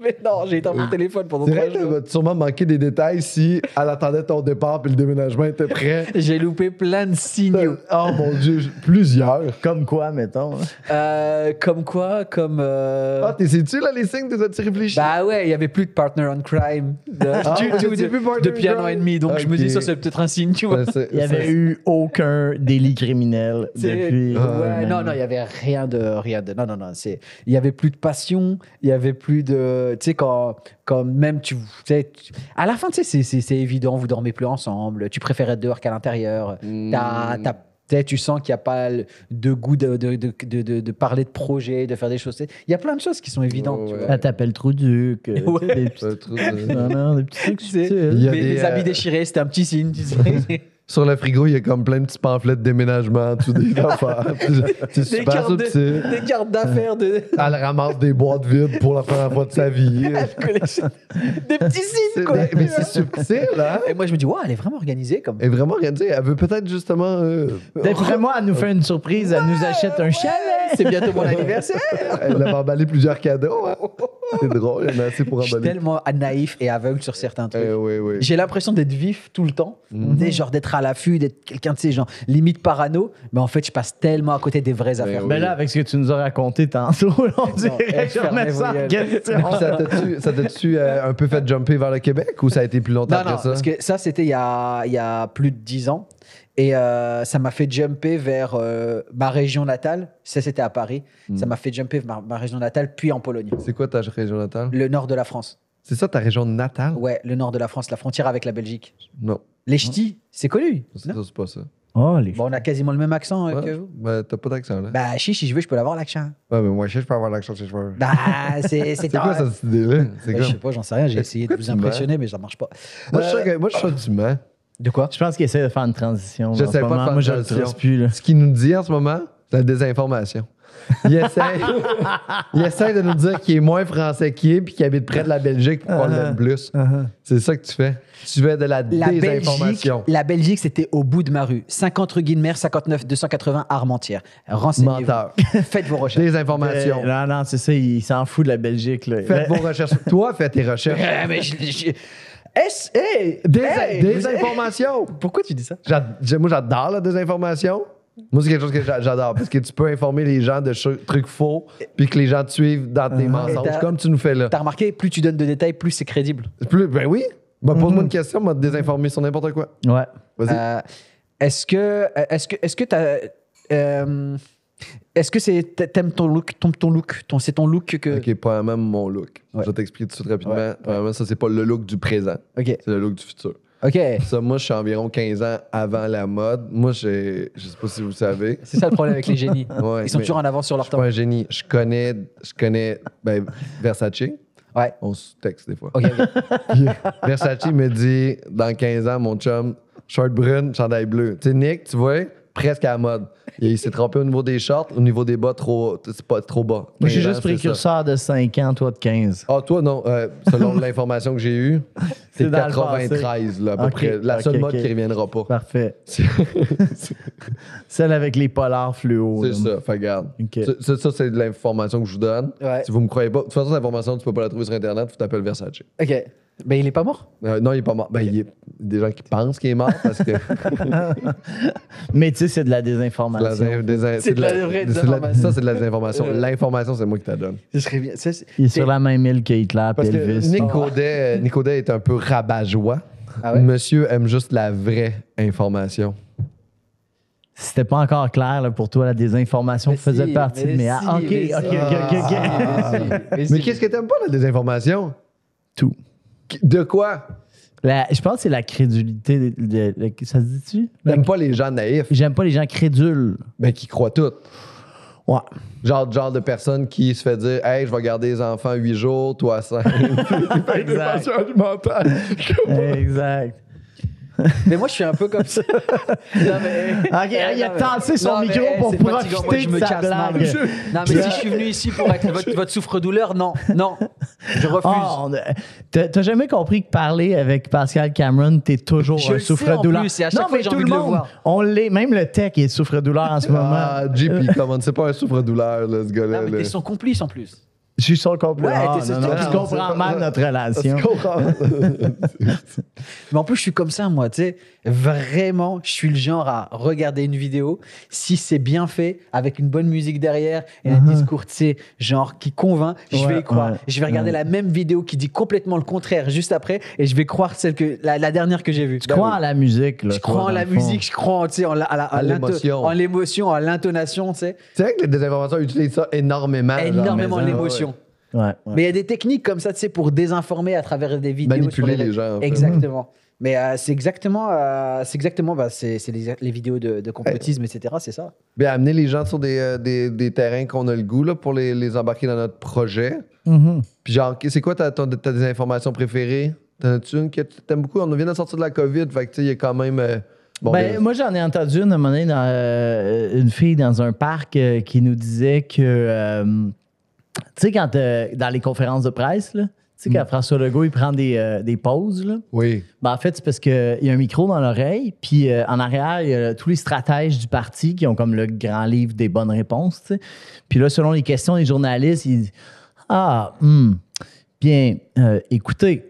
C: Mais non, j'ai été à mon téléphone pendant
A: C'est vrai
C: trois
A: qu'elle
C: jours.
A: va sûrement manquer des détails si elle attendait ton départ puis le déménagement était prêt.
C: J'ai loupé plein de signaux.
A: Oh mon Dieu, je- plusieurs.
B: Comme quoi, mettons. hein?
C: Euh, comme quoi, comme. euh,
A: Ah, t'es sais-tu là les signes? T'as-tu réfléchi?
C: Bah ouais, il y avait plus de Partner on Crime de- du
A: vous
C: tout,
A: étiez Ah,
C: de-
A: plus Partner
C: depuis
A: on
C: un an et
A: Crime.
C: demi. Donc je me
A: Ok.
C: dis, ça c'est peut-être un signe, tu vois.
A: Ça, c'est-
B: Il n'y
A: ça,
B: avait
A: c'est-
B: eu aucun délit criminel
C: C'est-
B: depuis. Ah,
A: euh,
C: ouais, non, non, il y avait rien de, rien de. Non, non, non. C'est, il y avait plus de passion. Il y avait plus de. Tu sais quand, quand même tu, tu sais, tu- à la fin, tu sais, c'est, c'est, c'est évident. Vous dormez plus ensemble. Tu préfères être dehors qu'à l'intérieur.
A: Hmm,
C: T'as- t'as- tu sais, tu sens qu'il n'y a pas le- de goût de, de, de, de- de- de parler de projet, de faire des choses. Il y a plein de choses qui sont évidentes.
A: Ouais,
C: tu
A: Oh, ouais.
C: vois.
B: Là, t'appelles Trouduc. euh, tu sais,
C: Ouais.
B: des petits-
A: Euh, trop de-
B: Non, non, des petits trucs
C: C'est-
B: subtils.
A: Il y a
C: Mais
A: des,
C: les habits
A: euh,
C: déchirés, c'était un petit signe. tu sais.
A: Sur le frigo, il y a comme plein de petits pamphlets de déménagement, tout des affaires. C'est- C'est
C: des,
A: super
C: cartes
A: subtil.
C: de- des cartes d'affaires de.
A: Elle ramasse des boîtes vides pour la première fois de sa vie.
C: collection. des petits signes,
A: C'est-
C: quoi.
A: mais mais c'est subtil, hein?
C: Et moi, je me dis, ouais, elle est vraiment organisée comme.
A: Et vraiment, rien dire. Elle veut peut-être justement. euh,
B: D'après moi, elle nous fait une surprise, elle nous achète un chalet.
C: C'est bientôt mon anniversaire.
A: elle a emballé plusieurs cadeaux. hein. C'est drôle, elle en a assez pour
C: Je suis
A: emballer.
C: tellement naïf et aveugle sur certains trucs.
A: bah, Eh oui, oui.
C: J'ai l'impression d'être vif tout le temps,
A: Mhm.
C: Tu sais, genre d'être à l'affût, d'être quelqu'un de ces gens limite parano, mais en fait je passe tellement à côté des vraies affaires.
B: Mais Ben là, avec ce que tu nous as raconté tantôt, on dirait
C: elle
B: que je
C: ferme
B: remets
C: les
B: ça en
C: voyelles.
B: question.
A: Puis ça t'a-tu- ça t'a-tu euh, un peu fait jumper vers le Québec ou ça a été plus longtemps
C: Non,
A: après
C: non,
A: ça?
C: parce que ça c'était il, y a- il y a plus de 10 ans et euh, ça m'a fait jumper vers euh, ma région natale, ça c'était à Paris,
A: Mhm.
C: ça m'a fait jumper vers ma, ma région natale puis en Pologne,
A: C'est quoi ta région natale?
C: le nord de la France.
A: C'est ça ta région natale?
C: Ouais, le nord de la France, la frontière avec la Belgique.
A: Non,
C: Les ch'tis, c'est connu.
A: c'est ça, c'est pas ça.
B: Oh, les
C: Bon, Bah, on a quasiment le même accent euh,
A: Ouais,
C: que vous.
A: ben, T'as pas d'accent là?
C: Bah, chiche, si je veux, je peux l'avoir l'accent.
A: Ouais, mais moi, je sais, je peux avoir l'accent si je veux.
C: Bah, c'est c'est
A: C'est quoi cette idée-là? C'est
C: Bah,
A: quoi?
C: je sais pas, j'en sais rien, j'ai
A: Mais
C: essayé de
A: pourquoi
C: vous
A: tu mens
C: impressionner, mais ça marche pas.
A: Moi, je suis sûr que- moi, je suis sûr que tu mens.
C: De quoi
B: Je pense qu'il essaie de faire une transition.
A: J'essaie
B: en
A: pas
B: ce
A: de
B: moment.
A: faire une
B: Moi, je le
A: transition.
B: trace plus. Là.
A: Ce qu'il nous dit en ce moment, c'est la désinformation. Il essaie, il essaie de nous dire qu'il est moins français qu'il est puis qu'il habite près de la Belgique pour qu'on l'aime plus. C'est ça que tu fais. Tu fais de la,
C: Ah. La Belgique,
A: désinformation.
C: la Belgique, c'était au bout de ma rue. 50 rue Guilmer, 59 280 Armentières. Renseignez-vous. Ben,
A: Menteur.
C: Faites vos recherches.
A: Désinformation.
B: Euh, non, non, c'est ça, il s'en fout de la Belgique. Là. Euh,
A: Faites
B: Mais-
A: vos recherches. Toi, fais tes recherches.
C: Eh, mais je- je- Est-ce- hey,
A: Des,
C: hey, vous-
A: désinformation.
C: Pourquoi tu dis ça
A: J'ad- j'ai- Moi, j'adore la désinformation. Moi, c'est quelque chose que j'a- j'adore parce que tu peux informer les gens de cho- trucs faux puis que les gens te suivent dans tes mensonges,
C: t'as-
A: comme tu nous fais là.
C: T'as remarqué, plus tu donnes de détails, plus c'est crédible.
A: Plus- ben oui. Ben, Pose-moi une question, moi, te désinformer sur n'importe quoi.
B: Ouais.
A: Vas-y.
C: Euh, est-ce que est-ce que est-ce que t'as euh, est-ce que c'est t'aimes ton look ton ton look ton c'est ton look que
A: Ok, probablement mon look.
C: Ouais.
A: Je vais t'expliquer tout de suite rapidement.
C: Ouais, ouais.
A: Probablement, ça, c'est pas le look du présent,
C: ok
A: c'est le look du futur.
C: ok
A: Ça, moi, je suis environ 15 ans avant la mode. Moi, j'ai- je sais pas si vous savez.
C: c'est ça le problème avec les génies
A: Ouais,
C: ils sont
A: mais
C: toujours en avance sur
A: Je
C: leur
A: suis
C: temps
A: pas un génie. Je connais, je connais ben, Versace.
C: ouais
A: On se texte des fois.
C: ok ok.
A: Versace me dit dans 15 ans, mon chum, short brune, chandail bleu. Tu sais, Nick, tu vois, presque à la mode. Il s'est trompé au niveau des shorts, au niveau des bas, trop, c'est pas trop bas.
B: Moi,
A: 15 ans,
B: j'ai juste
A: ben, c'est ça.
B: précurseur de 5 ans, toi de 15.
A: Ah, toi, non. euh, selon l'information que j'ai eue,
B: C'est
A: c'est
B: dans le
A: 93, là, à peu
B: Ok,
A: près. La
B: ok,
A: seule mode
B: ok.
A: qui reviendra pas.
B: Parfait. Celle avec les polars fluo.
A: C'est
B: là.
A: ça, fait regarde.
B: Ok.
A: Ça, ça, ça, c'est de l'information que je vous donne.
C: Ouais.
A: Si vous me croyez pas, de toute façon, cette information, tu peux pas la trouver sur Internet, tu t'appelles Versace.
C: Ok. Ben, il est pas mort.
A: Euh, non, il est pas mort. Ben, il y a des gens qui pensent qu'il est mort parce que
B: Mais tu sais, c'est de la
A: la
B: désinformation.
A: zin- des zin-
C: C'est de la vraie
A: c'est de la-
C: désinformation.
A: Ça, c'est de la désinformation.
C: Euh.
A: L'information, c'est moi qui te la donne.
C: Ce serait bien. Ça, c'est-
B: Il est sur la même île que Hitler et
A: Parce que
B: Elvis.
A: Nick Godet, euh, Nick Godet est un peu rabat-joie.
C: Oh. Ah ouais?
A: Monsieur aime juste la vraie information.
B: C'était pas encore clair là, pour toi, la désinformation
C: Mais
B: faisait
C: si,
B: partie. Mais,
C: mais
B: ah,
C: si,
B: ok,
C: mais
B: ok,
C: si.
B: ok, ok, ok.
C: Ah, mais si.
A: Mais qu'est-ce que t'aimes pas, la désinformation?
B: Tout.
A: De quoi?
B: La- je pense que c'est la crédulité. de- de- de- ça se dit-tu?
A: T'aimes pas les gens naïfs,
B: J'aime pas les gens crédules.
A: mais Ben, qui croient tout.
B: Ouais.
A: Genre, genre de personne qui se fait dire Hey, je vais garder les enfants 8 jours, toi 5.
B: Exact.
A: Ah, alimentaire.
B: exact.
C: Mais moi, je suis un peu comme ça. Non, mais-
B: Ok, il a
C: Non, mais-
B: tenté son
C: Non, mais,
B: micro
C: eh,
B: pour
C: c'est fatigant. Moi,
B: profiter
C: je
B: de
C: me
B: sa
C: casse, non,
B: blague.
C: mais- Non, mais si je suis venu ici pour être votre, votre souffre-douleur, non, non, je refuse.
B: Ah, on a- T'as t'as jamais compris que parler avec Pascal Cameron, t'es toujours
C: Je
B: un
C: le sais en
B: souffre-douleur.
C: plus, et à chaque
B: Non,
C: fois,
B: mais
C: j'ai
B: tout
C: envie
B: le
C: de le
B: monde,
C: voir.
B: on l'est. Même le tech est souffre-douleur en ce moment.
A: Ah, JP, comment c'est pas un souffre-douleur, là, ce
C: Non,
A: gars-là.
C: mais t'es
A: là.
C: son complice en plus.
B: Je suis sur le complot.
C: Ouais,
B: Ah,
C: t'es sur-
B: non, non,
A: t'es-
B: tu comprends
A: c'est-
B: mal notre relation.
A: Tu comprends?
C: Mais en plus, je suis comme ça, moi, tu sais. Vraiment, je suis le genre à regarder une vidéo, si c'est bien fait, avec une bonne musique derrière et un
B: Mhm.
C: discours, tu sais, genre qui convainc, je
B: Ouais,
C: vais y croire.
B: ouais,
C: je vais regarder
B: ouais.
C: la même vidéo qui dit complètement le contraire juste après et je vais croire celle que, la, la dernière que j'ai vue. Bah
B: Tu Ben crois à la musique. Là, toi,
C: Je crois en
B: dans
C: la
B: le fond.
C: musique, je crois en, tu sais, en, la- à la- à
A: À
C: l'into-
A: l'émotion.
C: en l'émotion, à l'intonation, tu sais.
A: C'est vrai que les désinformateurs utilisent ça énormément.
B: Ah,
A: genre,
C: énormément
A: mais-
C: l'émotion.
B: Ouais, ouais.
C: Mais il y a des techniques comme ça, tu sais, pour désinformer à travers des vidéos.
A: Manipuler
C: sur
A: les gens, en fait.
C: Exactement. Mais euh, c'est exactement, euh, c'est exactement, bah, c'est c'est les, les vidéos de, de complotisme, etc. C'est ça.
A: Bien, amener les gens sur des, euh, des, des terrains qu'on a le goût là, pour les, les embarquer dans notre projet.
B: Mhm.
A: Puis genre, c'est quoi ta, ton, ta désinformation préférée? T'en as-tu une que t'aimes beaucoup? On vient de sortir de la COVID, fait que tu sais, il y a quand même... euh, bon,
B: Ben,
A: des-
B: moi, j'en ai entendu une, à un moment donné, dans, euh, une fille dans un parc euh, qui nous disait que, euh, tu sais, quand euh, dans les conférences de presse, là, tu sais, quand François Legault, il prend des, euh, des pauses, là,
A: Oui.
B: Ben, en fait, c'est parce qu'il y a un micro dans l'oreille, puis euh, en arrière, il y a tous les stratèges du parti qui ont comme le grand livre des bonnes réponses. tu sais. Puis là, selon les questions des journalistes, ils disent Ah, hmm, bien, euh, écoutez.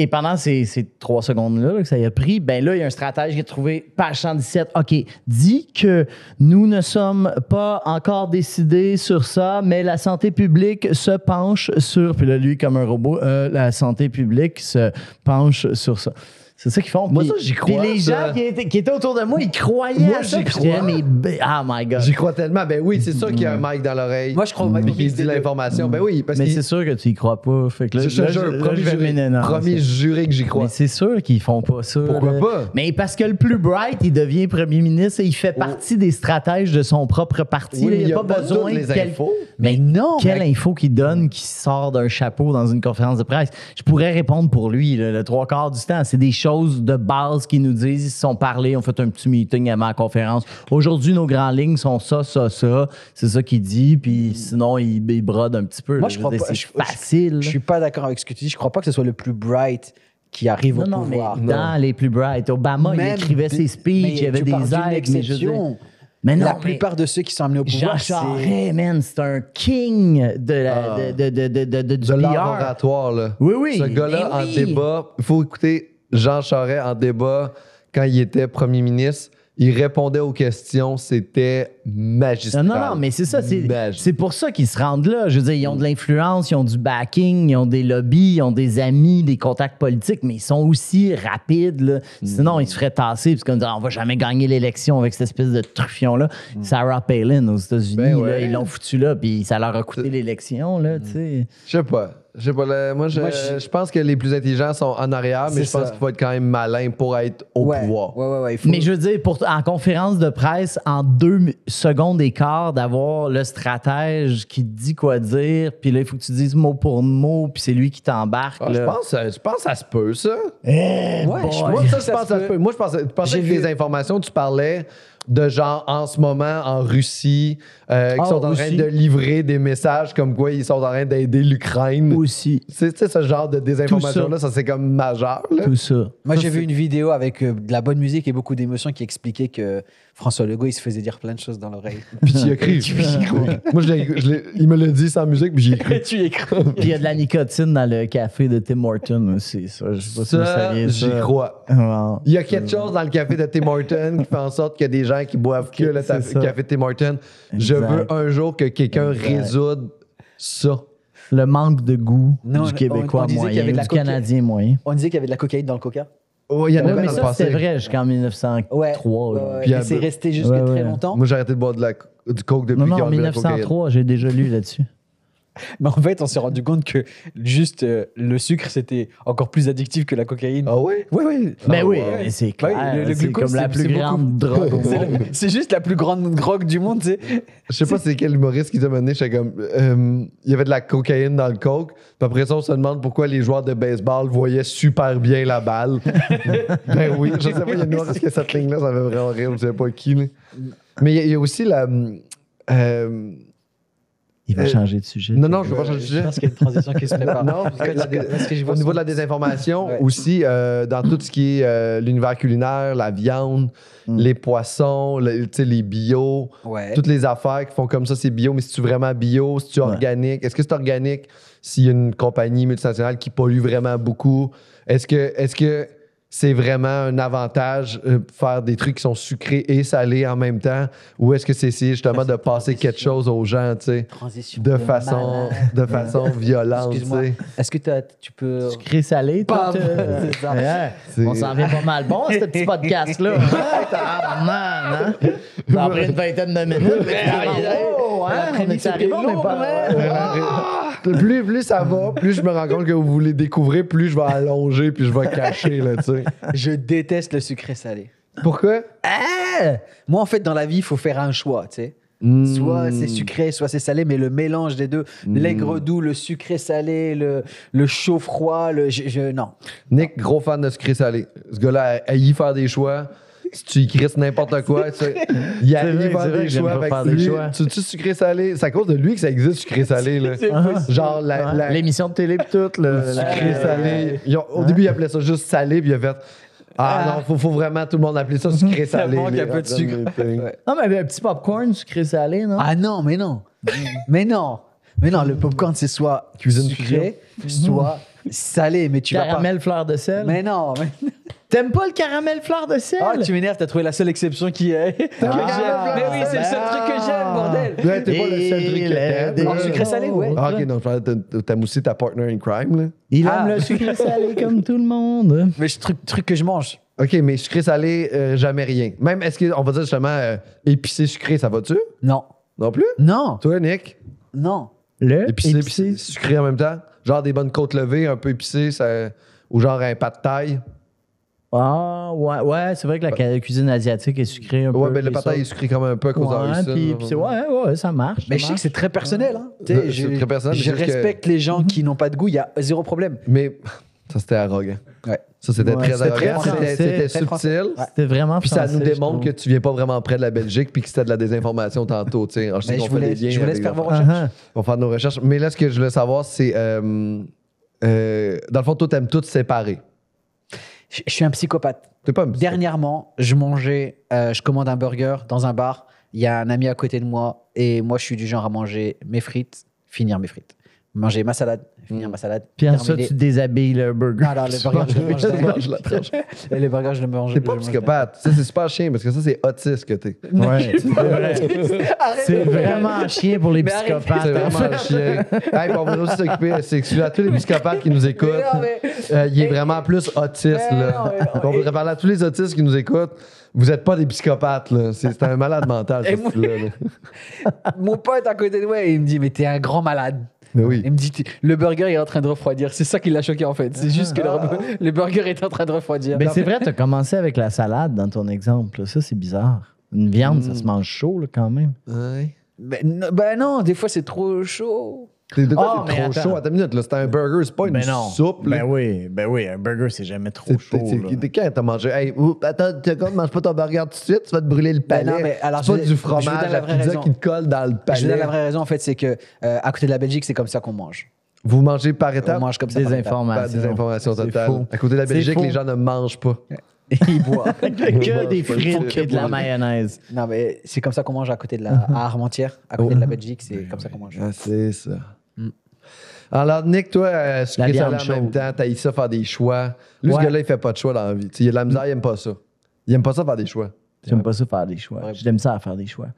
B: Et pendant ces, ces trois secondes-là là, que ça y a pris, ben là, il y a un stratège qui a trouvé, page 117, OK, dit que nous ne sommes pas encore décidés sur ça, mais la santé publique se penche sur. Puis là, lui, comme un robot, Euh, la santé publique se penche sur ça. C'est ça qu'ils font.
A: Moi,
B: Puis-
A: ça, j'y
B: puis
A: crois,
B: les
A: ça.
B: gens qui étaient, qui étaient autour de moi, ils croyaient
A: Moi,
B: à ça.
A: j'y
B: puis je disais,
A: crois.
B: mais b- Ah, my God.
A: J'y crois tellement. Ben oui, c'est sûr qu'il y a un mic dans l'oreille.
C: Moi, je crois au
A: Puis qu'il
C: mix
A: dit
C: des deux.
A: l'information. Ben oui, parce que...
B: Mm. Mais c'est sûr que tu y crois pas. Fait que là,
A: Je te
B: là,
A: jure,
B: je- là,
A: promis
B: je vais
A: juré.
B: m'énerver.
A: Promis juré que j'y crois.
B: Mais c'est sûr qu'ils font pas ça.
A: Pourquoi
B: là.
A: pas?
B: Mais parce que le plus bright, il devient premier ministre et il fait partie des stratèges de son propre parti.
A: Oui,
B: là,
A: mais
B: il
A: il
B: n'y
A: y
B: a,
A: a
B: pas
A: pas
B: besoin
A: toutes les
B: de quel-
A: infos.
B: Mais non! Quelle
C: mais-
B: info qu'il donne qui sort d'un chapeau dans une conférence de presse? Je pourrais répondre pour lui là, le trois quarts du temps. C'est des choses de base qu'ils nous disent. Ils se sont parlé, on fait un petit meeting avant la conférence. Aujourd'hui, nos grandes lignes sont ça, ça, ça. C'est ça qu'il dit. Puis sinon, il, il brode un petit peu. là.
C: Moi, je
B: veux
C: crois
B: dire,
C: pas-
B: C'est
C: je- je-
B: facile.
C: Je suis pas d'accord avec ce que tu dis. Je crois pas que ce soit le plus bright qui arrive
B: Non,
C: au
B: non, mais
C: pouvoir.
B: dans les plus bright. Obama, il
C: Même
B: écrivait
C: des-
B: ses
C: mais
B: speeches, il y avait
C: tu
B: des
C: parles d'une
B: aides, mais je veux dire-
C: exception.
B: Mais non,
C: la
B: mais-
C: plupart de ceux qui sont amenés au
B: Jean
C: pouvoir, c'est
B: Charest, man, c'est un king de la,
A: Ah.
B: de, de, de, de, de- du
A: de l'art
B: PR.
A: oratoire, là.
B: Oui, oui.
A: Ce gars-là,
B: Mais
A: en
B: oui.
A: débat, il faut écouter Jean Charest en débat quand il était premier ministre. Il répondait aux questions, c'était
B: Non,
A: magistral.
B: non, non, mais c'est ça. C'est,
A: Magistral.
B: c'est pour ça qu'ils se rendent là. Je veux dire, ils ont de l'influence, ils ont du backing, ils ont des lobbies, ils ont des amis, des contacts politiques, mais ils sont aussi rapides. là. Sinon, ils se feraient tasser parce qu'on dit, Ah, on va jamais gagner l'élection avec cette espèce de truffion-là. Sarah Palin aux États-Unis,
A: Mm. Ben ouais. Euh,
B: là, ils l'ont foutu là, puis ça leur a coûté l'élection. Là, tu sais.
A: Je sais pas. Je sais pas. là, moi, je,
C: Moi, je-
A: je pense que les plus intelligents sont en arrière, mais
C: C'est
A: je pense
C: ça.
A: qu'il faut être quand même malin pour être au
C: ouais,
A: pouvoir.
C: ouais, ouais, ouais, il faut-
B: Mais je veux dire, pour, en conférence de presse, en deux mi- secondes et quart, d'avoir le stratège qui te dit quoi dire, puis là, il faut que tu dises mot pour mot, puis c'est lui qui t'embarque.
A: Ah, je,
B: là.
A: pense, je pense que ça se peut, ça.
C: Ouais, je
A: Moi,
B: boy.
C: pense
A: ça,
C: que
A: je
C: ça
A: pense
C: se
A: que ça se
C: peut.
A: peut. Moi, je pensais, je pensais
C: J'ai
A: que
C: vu-
A: les informations, tu parlais de genre en ce moment en Russie, euh, qui
B: Ah,
A: sont en train
B: aussi.
A: de livrer des messages comme quoi ils sont en train d'aider l'Ukraine.
B: Aussi,
A: C'est tu sais, ce genre de désinformation-là, ça, c'est comme majeur. là.
B: tout ça.
C: Moi,
B: Ça,
C: j'ai vu
B: c'est-
C: une vidéo avec euh, de la bonne musique et beaucoup d'émotions qui expliquait que François Legault, il se faisait dire plein de choses dans l'oreille.
A: Puis tu y as cru. Moi, je l'ai- je l'ai- il me l'a dit sans musique, puis j'y ai cru.
C: tu y crois.
B: Puis il y a de la nicotine dans le café de Tim Horton aussi. Ça, je sais pas si vous
A: Ça,
B: saviez ça.
A: j'y crois.
B: Wow.
A: Il y a quelque chose dans le café de Tim Hortons qui fait en sorte qu'il y a des gens qui boivent que le
B: c'est
A: taf-
B: ça.
A: café Tim Hortons. Je
B: Exact.
A: veux un jour que quelqu'un
B: Exact.
A: résoudre ça.
B: Le manque de goût
C: Non,
B: du
C: on-
B: Québécois
C: on disait qu'il y
B: moyen,
C: avait de la
B: du
C: cocaïne.
B: Canadien moyen.
C: On disait qu'il y avait de la cocaïne dans le coca.
A: Oh, il y en
B: Ouais,
A: avait
B: mais
A: dans le
B: ça, c'était
A: passé.
B: vrai jusqu'en 1903.
C: Ouais.
B: là.
C: ouais, ouais.
A: Puis
C: Et
A: à
C: c'est
A: Be-
C: resté jusque
B: euh, Ouais,
C: très
B: ouais.
C: longtemps.
A: Moi, j'ai arrêté de boire de la- du coke depuis
B: Non,
A: qu'il
B: non,
A: y a
B: en
A: enlevé la cocaïne.
B: 1903, j'ai déjà lu là-dessus.
C: Mais en fait, on s'est rendu compte que juste euh, le sucre, c'était encore plus addictif que la cocaïne.
A: Ah oui?
C: Oui, oui.
B: Mais
C: Ah,
B: Ben oui,
C: ouais.
B: mais c'est
C: Bah oui,
B: clair.
C: le- le
B: c'est
C: glucose,
B: comme la
C: c'est-
B: plus
C: c'est
B: grande drogue au
C: C'est
B: monde.
C: la- C'est juste la plus grande drogue du monde, tu sais.
A: Je sais pas c'est quel humoriste qui t'a mené. J'étais comme. euh, il y avait de la cocaïne dans le coke. Puis après ça, on se demande pourquoi les joueurs de baseball voyaient super bien la balle. ben oui, je sais pas, il y a une humoriste que cette ligne-là, ça fait vraiment rire. Je sais pas qui. là. Mais il y a- il y, a aussi la. euh,
B: Il va
A: Euh,
B: changer de sujet.
A: non, non, je veux pas changer de
C: Je
A: sujet.
C: pense qu'il y a une transition qui se prépare.
A: Non, parce que la-
C: Parce que j'ai
A: Au
C: vu
A: niveau
C: ça.
A: de la désinformation,
C: Ouais.
A: aussi euh, dans tout ce qui est euh, l'univers culinaire, la viande,
B: Mm.
A: les poissons, le- tu sais, les bio,
C: Ouais.
A: toutes les affaires qui font comme ça, c'est bio, mais si tu vraiment bio, si tu
B: Ouais.
A: organique, est-ce que c'est organique s'il y a une compagnie multinationale qui pollue vraiment beaucoup? Est-ce que est-ce que c'est vraiment un avantage euh, faire des trucs qui sont sucrés et salés en même temps? Ou est-ce que c'est essayer
C: Ah,
A: justement de passer quelque chose aux gens, tu sais,
C: Transition.
A: de façon, de façon violente, tu
C: Excuse-moi.
A: sais?
C: Est-ce que t'as- tu peux.
B: Sucré salé, toi.
C: Pam!
B: t'as-
C: C'est ça.
B: Ouais.
A: C'est-
B: On s'en vient pas mal bon, ce petit podcast-là. Ouais, tabarnak, hein? Ça a pris une vingtaine de minutes. mais oh, hein, on est arrivé, on est pas
A: Ouais, ouais. Ah! plus, plus ça va, plus je me rends compte que vous voulez découvrir, plus je vais allonger puis je vais cacher, là, tu sais.
C: Je déteste le sucré salé.
A: Pourquoi?
C: Ah Moi, en fait, dans la vie, il faut faire un choix, tu sais. Soit c'est sucré, soit c'est salé, mais le mélange des deux, l'aigre doux, le sucré salé, le, le chaud froid, le. Je, je- non.
A: Nick, gros fan de sucré salé. Ce gars-là a y faire des choix. Si tu y crisses n'importe quoi, tu sais, il a
B: C'est vrai,
A: y faire
B: c'est vrai
A: des
B: que j'aime
A: choix.
B: pas
A: Fait
B: faire
A: que
B: des
A: lui,
B: choix.
A: Tu tu sucré salé. C'est à cause de lui que ça existe, sucré salé. Là. Genre, la,
B: mal.
A: la-
B: L'émission de télé pis tout. Euh, Le, la-
A: sucré salé. Ils ont- au début, ils appelaient ça juste salé, puis ils ont fait. Ah, non, faut, faut vraiment tout le monde appeler ça sucré salé.
C: manque
A: les
C: un peu de sucre.
A: Anthony.
C: Ouais.
B: Non, mais un petit popcorn sucré salé, non?
C: Ah non, mais non. mais non. Mais non, le popcorn, c'est soit
A: Cuisine
C: sucré, soit salé, mais tu vas
B: caramel fleur de
C: pas.
B: sel.
C: Mais non, mais.
B: T'aimes pas le caramel fleur de sel?
C: Ah, tu m'énerves, t'as trouvé la seule exception qui est. que j'aime.
A: Ah.
C: Mais oui, c'est le seul truc que j'aime, bordel.
A: Ouais, t'es pas le seul truc que t'aimes.
C: En sucré salé, ouais.
A: Ah, ok, non, je parlais de- t'aimes aussi ta partner in crime, là.
B: Il
C: Ah.
B: aime le sucré salé comme tout le monde.
C: Mais je- truc, truc que je mange.
A: OK, mais sucré salé, euh, jamais rien. Même, est-ce qu'on va dire justement euh, épicé sucré, ça va-tu?
C: Non.
A: Non plus?
C: Non.
A: Toi, Nick?
C: Non.
B: Le
A: Épicé, épicé, sucré en même temps? Genre des bonnes côtes levées, un peu épicées, ça- ou genre un pas de taille?
B: Ah, ouais, ouais, c'est vrai que la ca- cuisine asiatique est sucrée un peu.
A: Ouais, mais le
B: les
A: pas de taille est
B: sauces.
A: sucré quand même un peu à cause
B: Ouais,
A: de
B: puis- puis c'est- ouais, ouais, ça marche.
C: Mais
B: ça
C: je sais que
B: marche.
C: c'est très personnel. hein. Tu
A: C'est
C: sais, Je,
A: très personnel, mais
C: je
A: c'est juste que- Mhm.
C: respecte les gens qui n'ont pas de goût, il y a zéro problème.
A: Mais ça, c'était arrogant.
C: Ouais.
A: Ça, c'était
B: Ouais,
A: très
B: c'était très
A: arrogant. C'était
B: français,
A: c'était
C: très français.
A: subtil.
C: Ouais.
B: C'était vraiment
A: Puis ça
B: français,
A: nous
B: je
A: démontre que
B: trouve.
A: tu viens pas vraiment près de la Belgique puis que c'était de la désinformation tantôt. tu sais. Alors, je sais
C: Mais
B: Ben,
A: qu'on
C: je
A: fait
C: vous
A: des
C: laisse,
A: liens
C: je vous laisse
A: avec
C: faire
A: des
C: vos
A: affaires.
C: recherches.
B: Ah,
A: On va faire nos recherches. Mais là, ce que je voulais savoir, c'est. euh, euh, dans le fond, toi, t'aimes tout séparé. ah.
C: Je, je suis un psychopathe.
A: T'es pas un petit-
C: Dernièrement, je mangeais, euh, je commande un burger dans un bar. Il y a un ami à côté de moi et moi, je suis du genre à manger mes frites, finir mes frites. Manger ma salade,
A: Mm.
C: finir ma salade.
B: Puis ensuite,
C: terminer.
B: tu déshabilles le burger.
A: Ah,
C: Non, non, le burger, je le mange.
A: Tu manges la tranche.
C: Et le burger, je le mange.
A: T'es pas
C: je le mange.
A: psychopathe. Ça, c'est super chien parce que ça, c'est autiste que t'es.
B: Ouais, c'est vrai.
C: Arrête.
B: C'est vraiment chier pour les
C: Mais arrêtez,
B: psychopathes.
A: C'est vraiment chien. Hey, puis on va aussi s'occuper. euh, C'est que à tous les psychopathes qui nous écoutent.
C: Mais non, mais-
A: euh, il est vraiment plus autiste.
C: Mais
A: Là.
C: non, mais non.
A: on voudrait parler à tous les autistes qui nous écoutent. Vous êtes pas des psychopathes. là. C'est c'est un malade mental. ce
C: Et moi-
A: style-là, là.
C: Mon pote à côté de moi, il me dit Mais t'es un grand malade.
A: Mais oui.
C: Il me dit T'es- Le burger est en train de refroidir. C'est ça qui l'a choqué en fait. C'est juste que leur- le burger est en train de refroidir.
B: Ah. Mais c'est vrai, t'as commencé avec la salade dans ton exemple. là. Ça, c'est bizarre. Une viande,
A: Hmm.
B: ça se mange chaud là, quand même.
A: Ouais.
C: Ben non, ben non, des fois c'est trop chaud.
A: T'es de quoi
B: Oh,
A: t'es
B: mais
A: trop
B: attends.
A: chaud? Attends une minute. là. C'est un burger, c'est pas une
B: Ben non.
A: soupe. là.
B: Ben oui, ben oui, un burger, c'est jamais trop
A: C'est-
B: chaud.
A: c'est-
B: là.
A: c'est- T'es quand t'as mangé? Hey, ouh, attends, t'es con, mange pas ton burger tout de suite, tu vas te brûler le palais.
C: Ben non, mais alors,
A: c'est pas
C: je-
A: du
C: je vous
A: fromage
C: donne
A: la
C: la vraie
A: pizza
C: raison.
A: qui te colle dans le
C: Je vous donne
A: palais.
C: la vraie raison en fait, c'est que euh, à côté de la Belgique, c'est comme ça qu'on mange.
A: Vous mangez par
C: On
A: étapes?
C: mange comme ça.
B: Des
C: par étapes.
A: Bah,
B: informations.
A: des informations
B: C'est
A: totales.
B: faux.
A: À côté de la
B: C'est
A: Belgique,
B: faux.
A: les gens ne mangent pas.
C: Et ils boivent.
B: que des
A: Faut que
B: frites et de la
A: pour-
B: mayonnaise.
C: non mais c'est comme ça qu'on mange à côté de la
B: Mhm.
C: à Armentières, à côté de la Belgique, c'est
B: Oh.
C: comme ça qu'on mange.
A: Ah, c'est ça. Alors, Nick, toi, euh, sucré
B: viande
A: salé en même
B: chaude.
A: temps, t'as eu ça faire des choix. Lui, ce
B: Ouais.
A: gars-là, il fait pas de choix dans la vie. Tu sais, il a de la misère, il aime pas ça. Il aime pas ça faire des choix.
B: J'aime pas ça faire des choix.
C: Ouais.
B: J'aime ça faire des choix.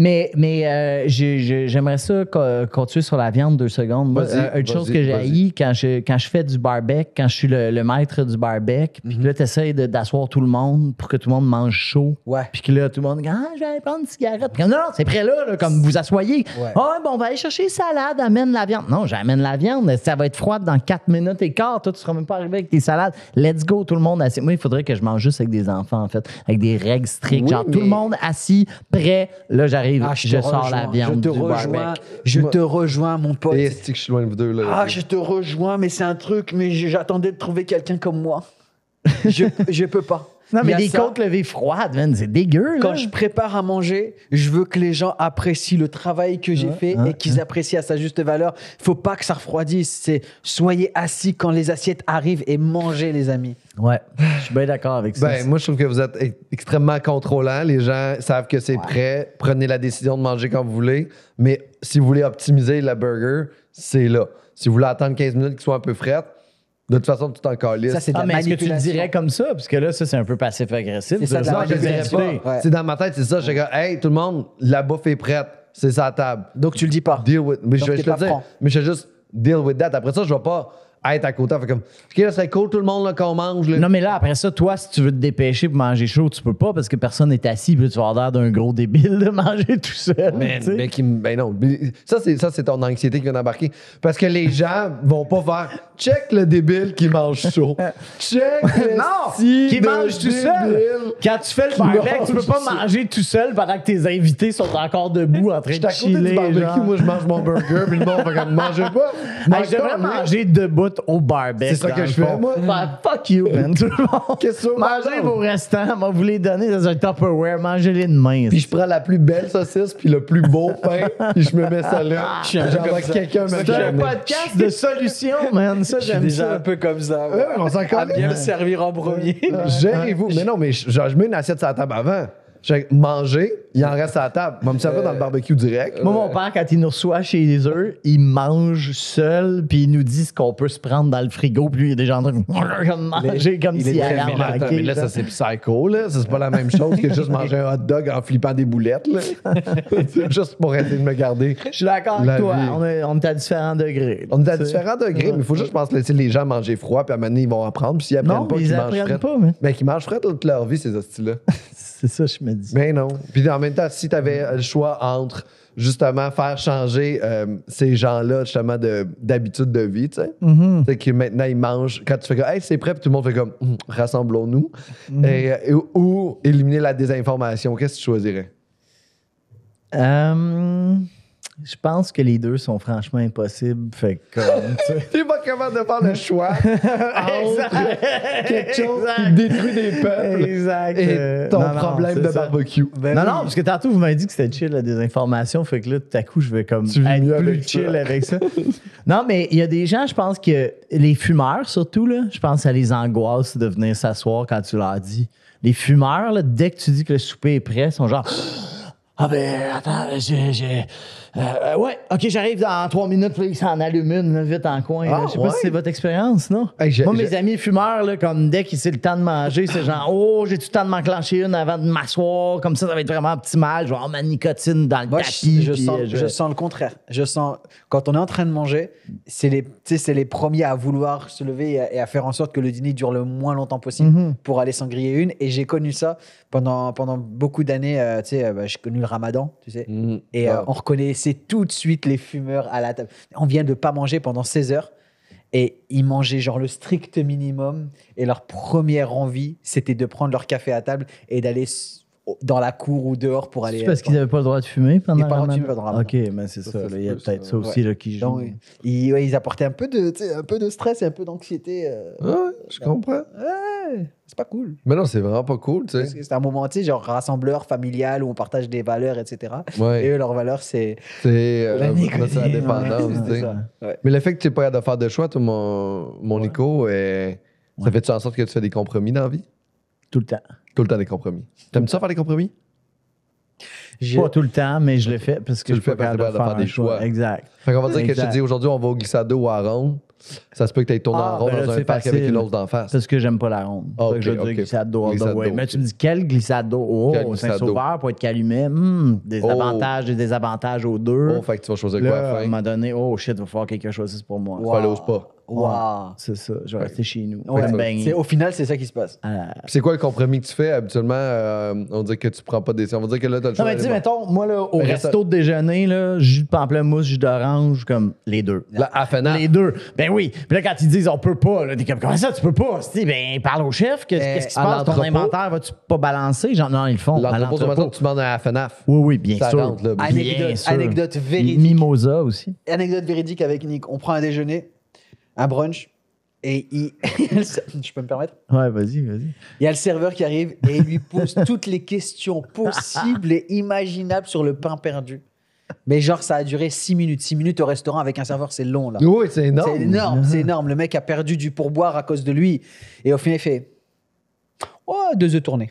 B: Mais, mais euh, j'ai- j'ai- j'aimerais ça co- continuer sur la viande deux secondes. Moi,
A: Vas-y,
B: euh, une chose
A: vas-y,
B: que j'ai
A: vas-y.
B: haï quand je, quand je fais du barbecue, quand je suis le, le maître du barbecue,
A: Mhm.
B: puis que là, t'essayes de- d'asseoir tout le monde pour que tout le monde mange chaud.
C: Ouais.
B: Puis que là, tout le monde dit Ah, je vais aller prendre une cigarette. Puis, non, non, c'est prêt là, là, comme vous assoyez.
C: Ouais.
B: Ah, bon, on va aller chercher une salade, amène la viande. Non, j'amène la viande. Ça va être froide dans 4 minutes et quart. Toi, tu seras même pas arrivé avec tes salades. Let's go, tout le monde assis. Moi, il faudrait que je mange juste avec des enfants, en fait, avec des règles strictes.
A: Oui,
B: Genre, tout
A: mais-
B: le monde assis, prêt. Là, j'arrive,
C: Ah,
B: je,
C: te
B: sors
C: rejoins,
B: la viande.
C: Je te
B: du
C: rejoins.
B: barbecue.
C: Je te rejoins, mon pote.
A: Et est-ce Eh, que je suis loin de vous deux, là?
C: Ah, je te rejoins, mais c'est un truc, mais j- j'attendais de trouver quelqu'un comme moi. Je, je peux pas.
B: Non,
C: Il y
B: mais
C: a
B: des
C: ça.
B: côtes levées froides, man, c'est dégueu. Là.
C: Quand je prépare à manger, je veux que les gens apprécient le travail que j'ai fait
B: ouais,
C: et qu'ils apprécient à sa juste valeur. Faut pas que ça refroidisse. C'est soyez assis quand les assiettes arrivent et mangez, les amis.
B: Ouais, je suis bien d'accord avec ça.
A: Ben, moi, je trouve que vous êtes e- extrêmement contrôlant. Les gens savent que c'est prêt. Prenez la décision de manger quand vous voulez. Mais si vous voulez optimiser le burger, c'est là. Si vous voulez attendre 15 minutes qu'il soit un peu frais, de toute façon, tout en calice.
C: Ça, c'est de
B: ah,
C: la
B: mais est-ce que tu le
C: manipulation.
B: dirais comme ça? Parce que là, ça, c'est un peu passif-agressif.
C: C'est ça, de la
A: Non, je le dirais
C: manipulation.
A: pas.
C: Ouais.
A: C'est dans ma tête, c'est ça. Je dis, hey, tout le monde, la bouffe est prête. C'est sa table.
C: Donc tu le dis pas.
A: Deal with. Mais
C: Donc,
A: je vais
C: t'es
A: je vais
C: pas
A: le dire.
C: franc.
A: Mais je vais juste deal with that. Après ça, je vais pas être à côté. Fait comme, OK, là, ce serait cool, tout le monde, là, qu'on mange. là.
B: Non, mais là, après ça, toi, si tu veux te dépêcher pour manger chaud, tu peux pas parce que personne n'est assis. Puis tu vas avoir l'air d'un gros débile de manger tout seul.
A: Man,
B: tu sais.
A: mais qui me- ben non. Mais Ça, c'est, ça, c'est ton anxiété qui vient d'embarquer. Parce que les gens vont pas faire check le débile qui mange chaud. Check le
B: Non!
A: sti
B: Qui
A: de
B: mange tout seul!
A: débile.
B: Quand tu fais le barbecue, tu peux pas manger tout seul pendant que tes invités sont encore debout en train
A: J'étais
B: de
A: à côté du
B: chiller.
A: barbecue,
B: genre.
A: moi je mange mon burger, puis le monde fait comme mangez pas.
B: Hey,
A: Mange
B: je devrais
A: pas, mais-
B: manger debout au barbecue.
A: hein? C'est ça
B: dans
A: que
B: le
A: je fais,
B: fond.
A: moi.
B: Ben, fuck you, man, tout le monde.
A: Qu'est-ce que tu veux,
B: Mangez
A: madame?
B: vos restants, moi, vous les donnez dans un Tupperware, mangez-les de main.
A: Puis je prends la plus belle saucisse, puis le plus beau pain, puis je me mets ça
B: Ah,
A: là.
C: suis un peu
A: J'envoie
C: comme ça.
A: quelqu'un me
B: C'est un
A: jammer.
B: podcast de solutions, man. Ça,
C: Je suis
B: j'aime
C: déjà un
B: ça.
C: peu comme ça. ouais.
A: Ouais, on
B: Ah,
A: s'en
C: À
A: calme.
C: bien me servir en premier.
A: Gérez-vous. Mais non, mais je, genre, je mets une assiette sur la table avant. J'ai manger, il en reste à la table. Va me servir dans le barbecue direct.
B: Euh, Moi, mon père, quand il nous reçoit chez eux, il mange seul, puis il nous dit ce qu'on peut se prendre dans le frigo, puis lui, il est déjà en train de manger comme
C: il est
B: s'il
C: très
B: allait en
A: Mais là, attends,
B: manquer,
A: mais là, ça,
B: genre.
A: c'est psycho, là. Ça, C'est pas la même chose que juste manger un hot dog en flippant des boulettes, là. C'est juste pour arrêter de me garder.
B: Je suis d'accord avec
A: La
B: toi.
A: vie.
B: On est, on est à différents degrés.
A: On est à
B: Tu sais.
A: différents degrés, mais il faut juste, je pense, laisser les gens manger froid, puis à un moment donné, ils vont apprendre. Puis s'ils apprennent
B: Non,
A: pas,
B: mais
A: qu'ils
B: ils
A: mangent
B: apprennent
A: frais.
B: pas, mais
A: Ben, qu'ils mangent frais toute leur vie, ces hosties-là.
B: c'est ça, je me dis.
A: Ben non. Puis en même temps, si tu avais le choix entre justement faire changer euh, ces gens-là justement de- d'habitude de, vie, tu sais, c'est que maintenant ils mangent, quand tu fais comme, hey, c'est prêt, puis tout le monde fait comme, Hum, rassemblons-nous, Et, euh, et- ou éliminer la désinformation, qu'est-ce que tu choisirais?
B: Euh, je pense que les deux sont franchement impossibles. Fait que, comme, tu sais.
A: Tu pas capable de faire le choix entre quelque chose qui
B: Exact.
A: détruit des peuples
B: Exact.
A: et
B: Euh,
A: ton
B: non, non,
A: problème
B: c'est
A: de
B: ça.
A: barbecue.
B: non, non, parce que tantôt, vous m'avez dit que c'était chill, la désinformation. Fait que là, tout à coup, je vais comme
A: Tu vis mieux
B: être plus
A: avec ça.
B: chill avec ça. non, mais il y a des gens, je pense que les fumeurs, surtout, là, je pense à les angoisses de venir s'asseoir quand tu leur dis. Les fumeurs, là, dès que tu dis que le souper est prêt, sont genre. Ah ben, attends, j'ai. j'ai- euh, euh, ouais, ok, j'arrive dans trois minutes, puis ils s'en allument une, là, vite en coin. là.
A: Ah,
B: je sais
A: ouais.
B: pas si c'est votre expérience, non?
A: Hey, j'ai-
B: Moi,
A: j'ai-
B: mes amis fumeurs, là, comme dès qu'il c'est le temps de manger, c'est genre, oh, j'ai tout le temps de m'enclencher une avant de m'asseoir, comme ça, ça va être vraiment optimal. Je vais avoir ma nicotine dans le
C: Moi,
B: tapis.
C: je, je
B: puis,
C: sens,
B: euh,
C: je sens le contraire. Je sens, quand on est en train de manger, c'est les, tu sais, c'est les premiers à vouloir se lever et à, et à faire en sorte que le dîner dure le moins longtemps possible
B: Mhm.
C: pour aller s'en griller une. Et j'ai connu ça pendant, pendant beaucoup d'années. euh, tu sais, euh, bah, j'ai connu le ramadan, tu sais.
B: Mhm.
A: Mm.
C: Et euh, on reconnaissait tout de suite les fumeurs à la table. On vient de pas manger pendant 16 heures. Et ils mangeaient genre le strict minimum. Et leur première envie, c'était de prendre leur café à table et d'aller s- au- dans la cour ou dehors pour aller. euh,
B: C'est parce qu'ils n'avaient pas le droit de fumer pendant
C: Ils n'avaient pas le droit de
B: Ramadan?
C: fumer pendant Ramadan.
B: OK, mais c'est ça.
A: ça euh, se
B: là, il y a
A: peut,
B: peut-être
A: ça,
B: ça aussi là, qui joue.
C: Non, oui. ils, ouais, ils apportaient un peu de, tu sais, un peu de stress et un peu d'anxiété. euh.
A: Ah Ouais, je comprends.
C: Ouais, c'est pas cool.
A: Mais non, c'est vraiment pas cool, tu
C: Parce
A: sais.
C: que C'est un moment, tu sais, genre rassembleur, familial, où on partage des valeurs, etc. Et
A: Ouais,
C: eux, leurs valeurs, c'est.
A: c'est euh,
C: La nicotine,
A: c'est la dépendance,
C: ouais,
A: tu sais.
C: c'est ça. Ouais.
A: Mais le fait que tu n'es pas capable de faire de choix, toi, mon, mon Nico, euh, ça
B: Ouais.
A: fait-tu en sorte que tu fais des compromis dans la vie?
B: Tout le temps.
A: Tout le temps des compromis. T'aimes ça faire des compromis?
C: Je-
B: Pas tout le temps, mais je le fais parce
A: Tu
B: que je
A: le
B: suis
A: fais
B: pas
A: parce que
B: capable
A: t'es
B: de
A: pas
B: faire
A: capable
B: des choix. Exact.
A: Fait qu'on va dire que je
B: Exact.
A: te dis aujourd'hui, on va au glissado ou à Ronde. Ça se peut que tu aies tourné
B: Ah,
A: en rond
B: ben là,
A: dans un
B: c'est
A: parc
B: facile.
A: avec une autre d'en face.
B: Parce que j'aime pas la ronde.
A: Ah,
B: Fait que
A: ok,
B: je veux dire
A: ok.
B: glissade d'eau all the
A: Glissade
B: way.
A: d'eau,
B: Mais
A: ok.
B: tu me dis quelle glissade d'eau?
A: Quelle
B: Oh,
A: glissade
B: Saint-Sauveur, Pointe-Calumet, hmm, des
A: Oh.
B: avantages et des avantages aux deux.
A: Oh, fait que tu vas choisir quoi
B: Là,
A: à
B: à un
A: la fin?
B: moment donné, oh shit, il va falloir que quelqu'un choisisse pour moi.
A: Tu vas aller au spa.
C: Waouh.
B: C'est ça, je vais rester chez nous. ben,
C: Ouais.
B: Je vais me
C: C'est-
B: baigner.
C: Au final, c'est ça qui se passe.
B: À la-
A: Puis C'est quoi le compromis que tu fais habituellement? euh, on dit que tu prends pas de décision. On va dire que là, t'as le
B: Non,
A: choix.
B: mais dis,
A: d'aller
B: mettons, moi, là, au
A: Mais Ben, reste-
B: resto de déjeuner, là, jus de pamplemousse, jus d'orange, comme les deux.
A: voir- Là, à Fena.
B: Les deux. Ben oui. Puis là, quand ils disent on peut pas, là, t'es comme comment ça, tu peux pas? Si, ben parle au chef, qu'est-ce
A: Euh,
B: qu'est-ce qui se
A: à
B: passe? Ton
A: l'entrepôt.
B: inventaire va-tu pas balancer? Genre, non, ils le font. À
A: L'entrepôt, sur
B: l'entrepôt.
A: maintenant, tu demandes à la FNAF.
B: Oui, oui, bien
A: Ça
B: sûr.
A: rentre, là.
B: Bien
C: Anecdote-
B: sûr.
C: anecdote véridique.
B: Mimosa aussi.
C: Anecdote véridique avec Nick. On prend un déjeuner, un brunch, et il. Je peux me permettre
B: Ouais, vas-y, vas-y.
C: Il y a le serveur qui arrive et il lui pose toutes les questions possibles et imaginables sur le pain perdu. Mais genre, ça a duré 6 minutes. 6 minutes au restaurant avec un serveur, c'est long là.
A: Oui, c'est énorme.
C: C'est énorme, c'est énorme. Le mec a perdu du pourboire à cause de lui. Et au final, il fait Oh, deux œufs tournés.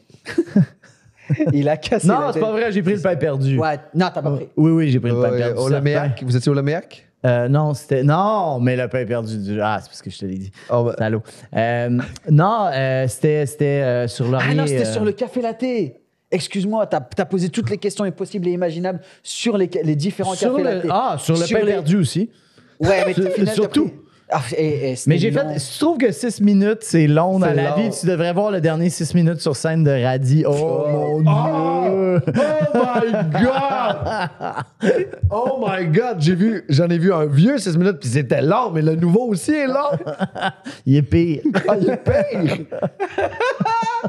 C: il a cassé.
B: Non,
C: la
B: c'est
C: tête.
B: pas vrai, j'ai pris le pain perdu.
C: Ouais, non, t'as pas pris.
B: Oui, oui, j'ai pris le pain
A: Ouais,
B: perdu.
A: au
B: certain.
A: Loméac, vous étiez au Loméac?
B: Euh, non, c'était. Non, mais le pain perdu du. Ah, c'est parce que je te l'ai dit.
A: Ah, ben-
B: Salaud. Euh, non, euh, c'était c'était, euh, sur Laurier.
C: Ah non, c'était
B: euh,
C: sur le café latte. Excuse-moi, t'as as posé toutes les questions possibles et imaginables sur les, ca- les différents
B: sur
C: cafés
B: le-
C: latte.
B: Ah, sur le pain
C: les-
B: perdu aussi.
C: Ouais, mais
B: Sur-
C: au final, t'as
B: surtout.
C: pris- Ah, et- et c'était
B: Mais j'ai
C: long.
B: fait. Si tu trouves que 6 minutes, c'est long dans
A: C'est
B: la
A: long.
B: vie, tu devrais voir le dernier 6 minutes sur scène de Radi. Oh,
A: Oh!
B: mon
C: Ah!
B: dieu!
A: Oh my god! Oh my god! J'ai vu, j'en ai vu un vieux 6 minutes, puis c'était long, mais le nouveau aussi est long!
B: Il est pire.
A: Ah, il est pire!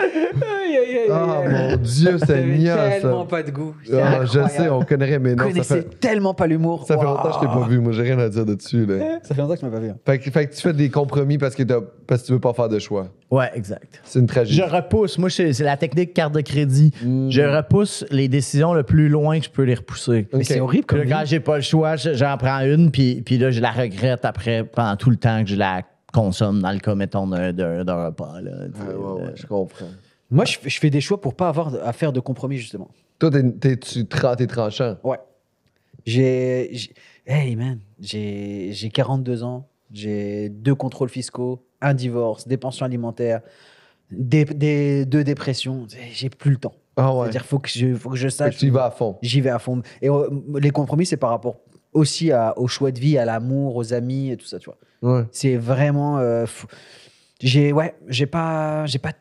C: Aïe, aïe, aïe, aïe,
A: Oh
C: aïe.
A: mon dieu, c'est
C: T'avais
A: niant
C: tellement
A: ça!
C: pas de goût. C'est
A: Ah, je
C: incroyable.
A: sais, on connaît, mais
C: Je
A: non, ça
C: connaissais
A: fait,
C: tellement pas l'humour.
A: ça fait
C: Waouh.
A: longtemps que je t'ai pas vu. Moi, j'ai rien à dire dessus. Là.
C: Ça fait longtemps que je m'ai pas vu. hein.
A: Fait, que, fait que tu fais des compromis parce que, t'as- parce que tu veux pas faire de choix.
B: Ouais, exact.
A: C'est une tragédie.
B: Je repousse. Moi, c'est c'est la technique carte de crédit.
C: Mm.
B: Je repousse les décisions le plus loin que je peux les repousser.
A: Ok.
C: c'est horrible
B: Puis
C: comme
B: là, quand j'ai pas le choix, je- j'en prends une, puis, puis là, je la regrette après, pendant tout le temps que je la consomme dans le cas, mettons, d'un d'un- d'un repas. Là,
A: Ah,
B: tu sais.
C: Ah,
A: Ouais, ouais, ouais, je comprends.
C: Moi, je, je fais des choix pour pas avoir de- à faire de compromis, justement.
A: Toi, t'es, t'es- tu tra- t'es tranchant.
C: Ouais. J'ai. j'ai- Hey, man. J'ai j'ai 42 ans. J'ai deux contrôles fiscaux, un divorce, des pensions alimentaires, des, des- deux dépressions. J'ai plus le temps.
A: Ah ouais.
C: C'est-à-dire, faut que je, faut que je
A: Fait
C: sache.
A: que tu y vas à fond.
C: j'y vais à fond. Et euh, les compromis, c'est par rapport aussi à, au choix de vie, à l'amour, aux amis et tout ça, tu vois.
A: Ouais.
C: C'est vraiment. euh, fou. j'ai ouais, j'ai pas, j'ai pas.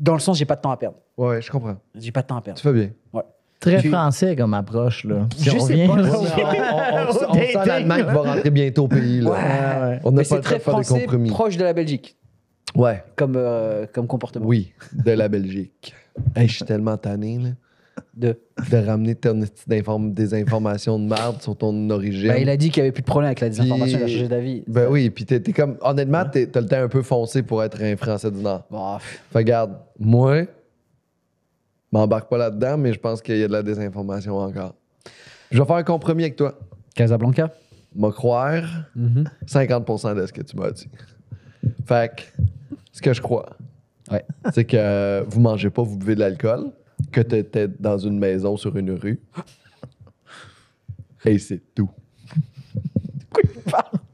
C: Dans le sens, j'ai pas de temps à perdre.
A: Ouais, je comprends.
C: J'ai pas de temps à perdre.
A: Tu fais bien.
B: Très
C: Tu-
B: français comme approche. Là.
C: Je
B: on
C: sais
B: revient,
C: pas,
B: là,
A: Ouais,
B: au-
A: mais on, on- on-
B: au
A: on sent
B: dating,
A: l'Allemagne qui
B: là.
A: va rentrer bientôt au pays. Là.
C: Ah, Ouais.
B: Ouais, ouais.
A: On n'a
C: Mais
A: pas
C: c'est
A: le droit
C: très
A: de faire des
C: français,
A: compromis.
C: proche de la Belgique
A: Ouais.
C: comme euh, comme comportement.
A: Oui, de la Belgique. Hey, je suis tellement tanné là,
C: De.
A: de ramener ton esti d'inform- des informations de merde sur ton origine.
C: Bah, il a dit qu'il y avait plus de problème avec la désinformation. Il a
A: Puis-
C: changé d'avis.
A: Ben oui, puis t'es t'es comme. Honnêtement, t'es- t'as le temps un peu foncé pour être un Français du Nord.
C: Bah, pff,
A: Fait regarde, moi, m'embarque pas là-dedans, mais je pense qu'il y a de la désinformation encore. Je vais faire un compromis avec toi.
C: Casablanca.
A: M'a croire
C: Mhm.
A: 50% de ce que tu m'as dit. Fait que, ce que je crois,
C: Ouais.
A: c'est que vous mangez pas, vous buvez de l'alcool, que tu étais dans une maison sur une rue. Et c'est tout.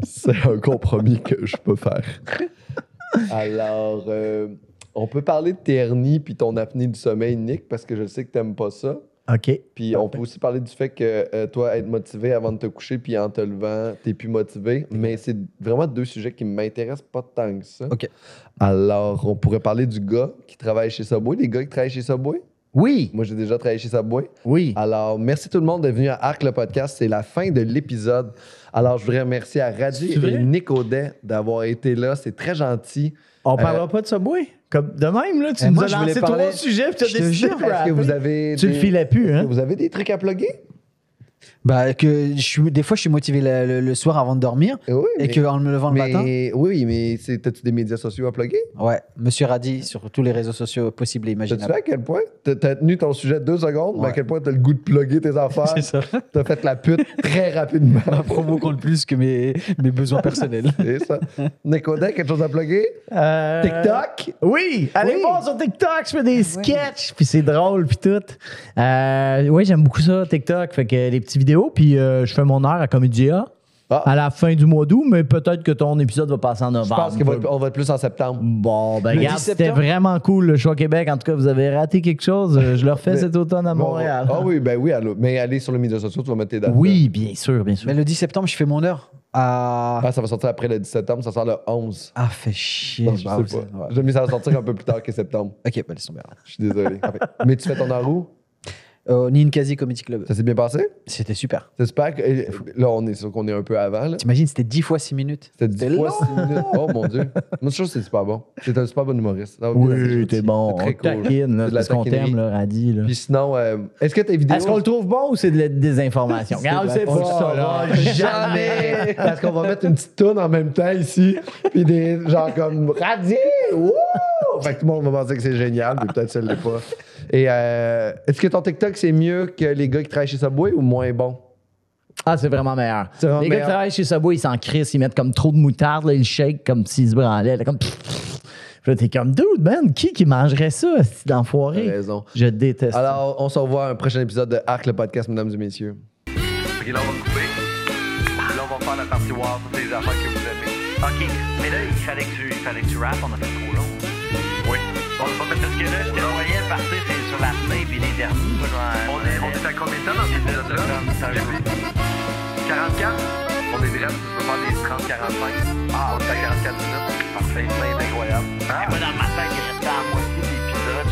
A: C'est un compromis que je peux faire. Alors, euh, on peut parler de tes hernies puis ton apnée du sommeil, Nick, parce que je sais que t'aimes pas ça.
B: OK.
A: Puis on peut aussi parler du fait que euh, toi, être motivé avant de te coucher, puis en te levant, t'es plus motivé. Mais c'est vraiment deux sujets qui m'intéressent pas tant que ça.
C: Ok.
A: Alors, on pourrait parler du gars qui travaille chez Subway, des gars qui travaillent chez Subway.
B: Oui,
A: Moi, j'ai déjà travaillé chez Subway.
B: oui.
C: Euh,
A: Alors, merci tout le monde d'être venu à Arc le podcast. C'est la fin de l'épisode. Alors, je voudrais remercier à Radji
B: C'est vrai?
A: et Nick Audet d'avoir été là. C'est très gentil.
B: On
A: euh,
B: parlera pas de Subway. Comme de même, là,
C: Eh,
B: tu nous
C: moi,
B: as
C: je voulais
B: lancé
C: parler-
B: trois sujets, puis tu as
C: Je te
B: décidé
C: jure,
B: de
A: Est-ce que
B: rapper.
A: vous avez
B: Tu le
A: des-
B: filais plus, hein?
A: Vous avez des trucs à plugger?
C: Bah que je suis des fois je suis motivé le, le- le soir avant de dormir
A: Oui.
C: et que en me levant le matin.
A: mais, oui, mais c'est- t'as-tu des médias sociaux à plugger?
C: Ouais, Monsieur Radi sur tous les réseaux sociaux possibles et
A: T'as-tu vu
C: imaginables.
A: à quel point t'as- t'as tenu ton sujet deux secondes, mais à
C: Ouais.
A: quel point t'as le goût de plugger tes affaires?
C: ça.
A: T'as fait la pute très rapidement.
C: Ma promo compte plus que mes, mes besoins personnels.
A: C'est ça. Nicodet, quelque chose à plugger?
B: Euh,
A: TikTok?
B: Oui, allez
A: Oui. Ah
B: voir sur TikTok, je fais des sketchs, puis c'est drôle, puis tout. Euh, oui, j'aime beaucoup ça, TikTok, fait que les petites vidéos, puis euh, je fais mon heure à Comédia.
A: Ah,
B: à la fin du mois d'août, mais peut-être que ton épisode va passer en
A: je
B: novembre.
A: pense qu'on va, être- on va être plus en septembre.
B: Bon, ben
C: Le
B: regarde,
C: 10
B: c'était
C: septembre.
B: vraiment cool le choix Québec. En tout cas, vous avez raté quelque chose. Euh, Je le refais
A: Mais-
B: cet automne à
A: Bon,
B: Montréal. Ah
A: Ah oui, ben oui, allô. mais allez sur les médias sociaux, tu vas mettre tes dates.
B: Oui, bien sûr, bien sûr.
C: Mais le 10 septembre, je fais mon heure. Ah,
A: Ah, ça va sortir après le 17 septembre, ça sort le 11.
C: ah fait chier.
A: Non, je
C: bah,
A: sais
C: ouais.
A: pas. J'ai mis ça va sortir un peu plus tard que septembre.
C: Ok, bah, laisse tomber.
A: Je suis désolé. mais tu fais ton heure où?
C: Euh, Ninkasi Comedy Club.
A: Ça s'est bien passé?
C: C'était super.
A: J'espère que. et- Là, on est sûr qu'on est un peu avant. là.
C: T'imagines, c'était 10 fois 6 minutes.
A: C'était 10
C: C'était
A: fois
C: long.
A: 6 minutes. Oh mon Dieu. Moi, je trouve que c'est super bon. C'est un super bon humoriste. Ça va bien, c'est
B: Oui,
A: gentil.
B: t'es bon.
A: C'est
B: On
A: très cool.
B: taquine, là,
A: C'est de la
B: parce qu'on
A: taquinerie.
B: t'aime, là, Radis. là.
A: Puis sinon, euh, est-ce que tes vidéos.
B: Est-ce qu'on le trouve bon ou c'est de la désinformation? Regarde, c'est
A: Oh,
B: pour ça, là.
A: oh, jamais! Parce qu'on va mettre une petite toune en même temps ici. Puis des gens comme Radis! Wouh! Fait que tout le monde va penser que c'est génial, mais peut-être ça ne l'est pas. Et euh, est-ce que ton TikTok, c'est mieux que les gars qui travaillent chez Subway ou moins bon?
B: Ah, c'est vraiment meilleur.
A: C'est vraiment
B: les gars
A: meilleur.
B: qui travaillent chez Subway, ils s'en crissent, ils mettent comme trop de moutarde, là, ils le shake comme s'ils se branlaient. Là, comme... Puis là, t'es comme, dude, man, qui qui mangerait ça, cet
A: T'as
B: enfoiré?
A: raison. Ah,
B: Je déteste. ça.
A: Alors, on se revoit à un prochain épisode de Arc le podcast, mesdames et messieurs.
D: Puis là, on va couper. Puis là, on va faire la partie war toutes les affaires que vous aimez. OK. Mais là, il fallait que tu, il fallait que tu rappes. On a fait trop long. Oui. Bon, c'est pas parce que là, je te voyais partir c'est sur la fin puis les derniers. On est, on est à combien de temps dans cet épisode-là? 44? On est direct, on peut faire des 30-45. Ah, on est à 44 minutes. Parfait, c'est incroyable. C'est pas dans ma tête que j'étais à moitié de l'épisode.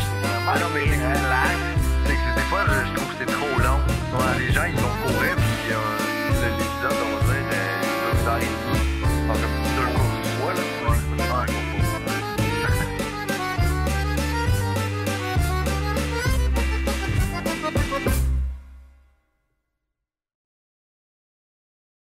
D: Ah non, mais c'est que c'est relax. C'est que c'est- des fois, je je trouve que c'est trop long. Ouais, Les gens, ils vont courir.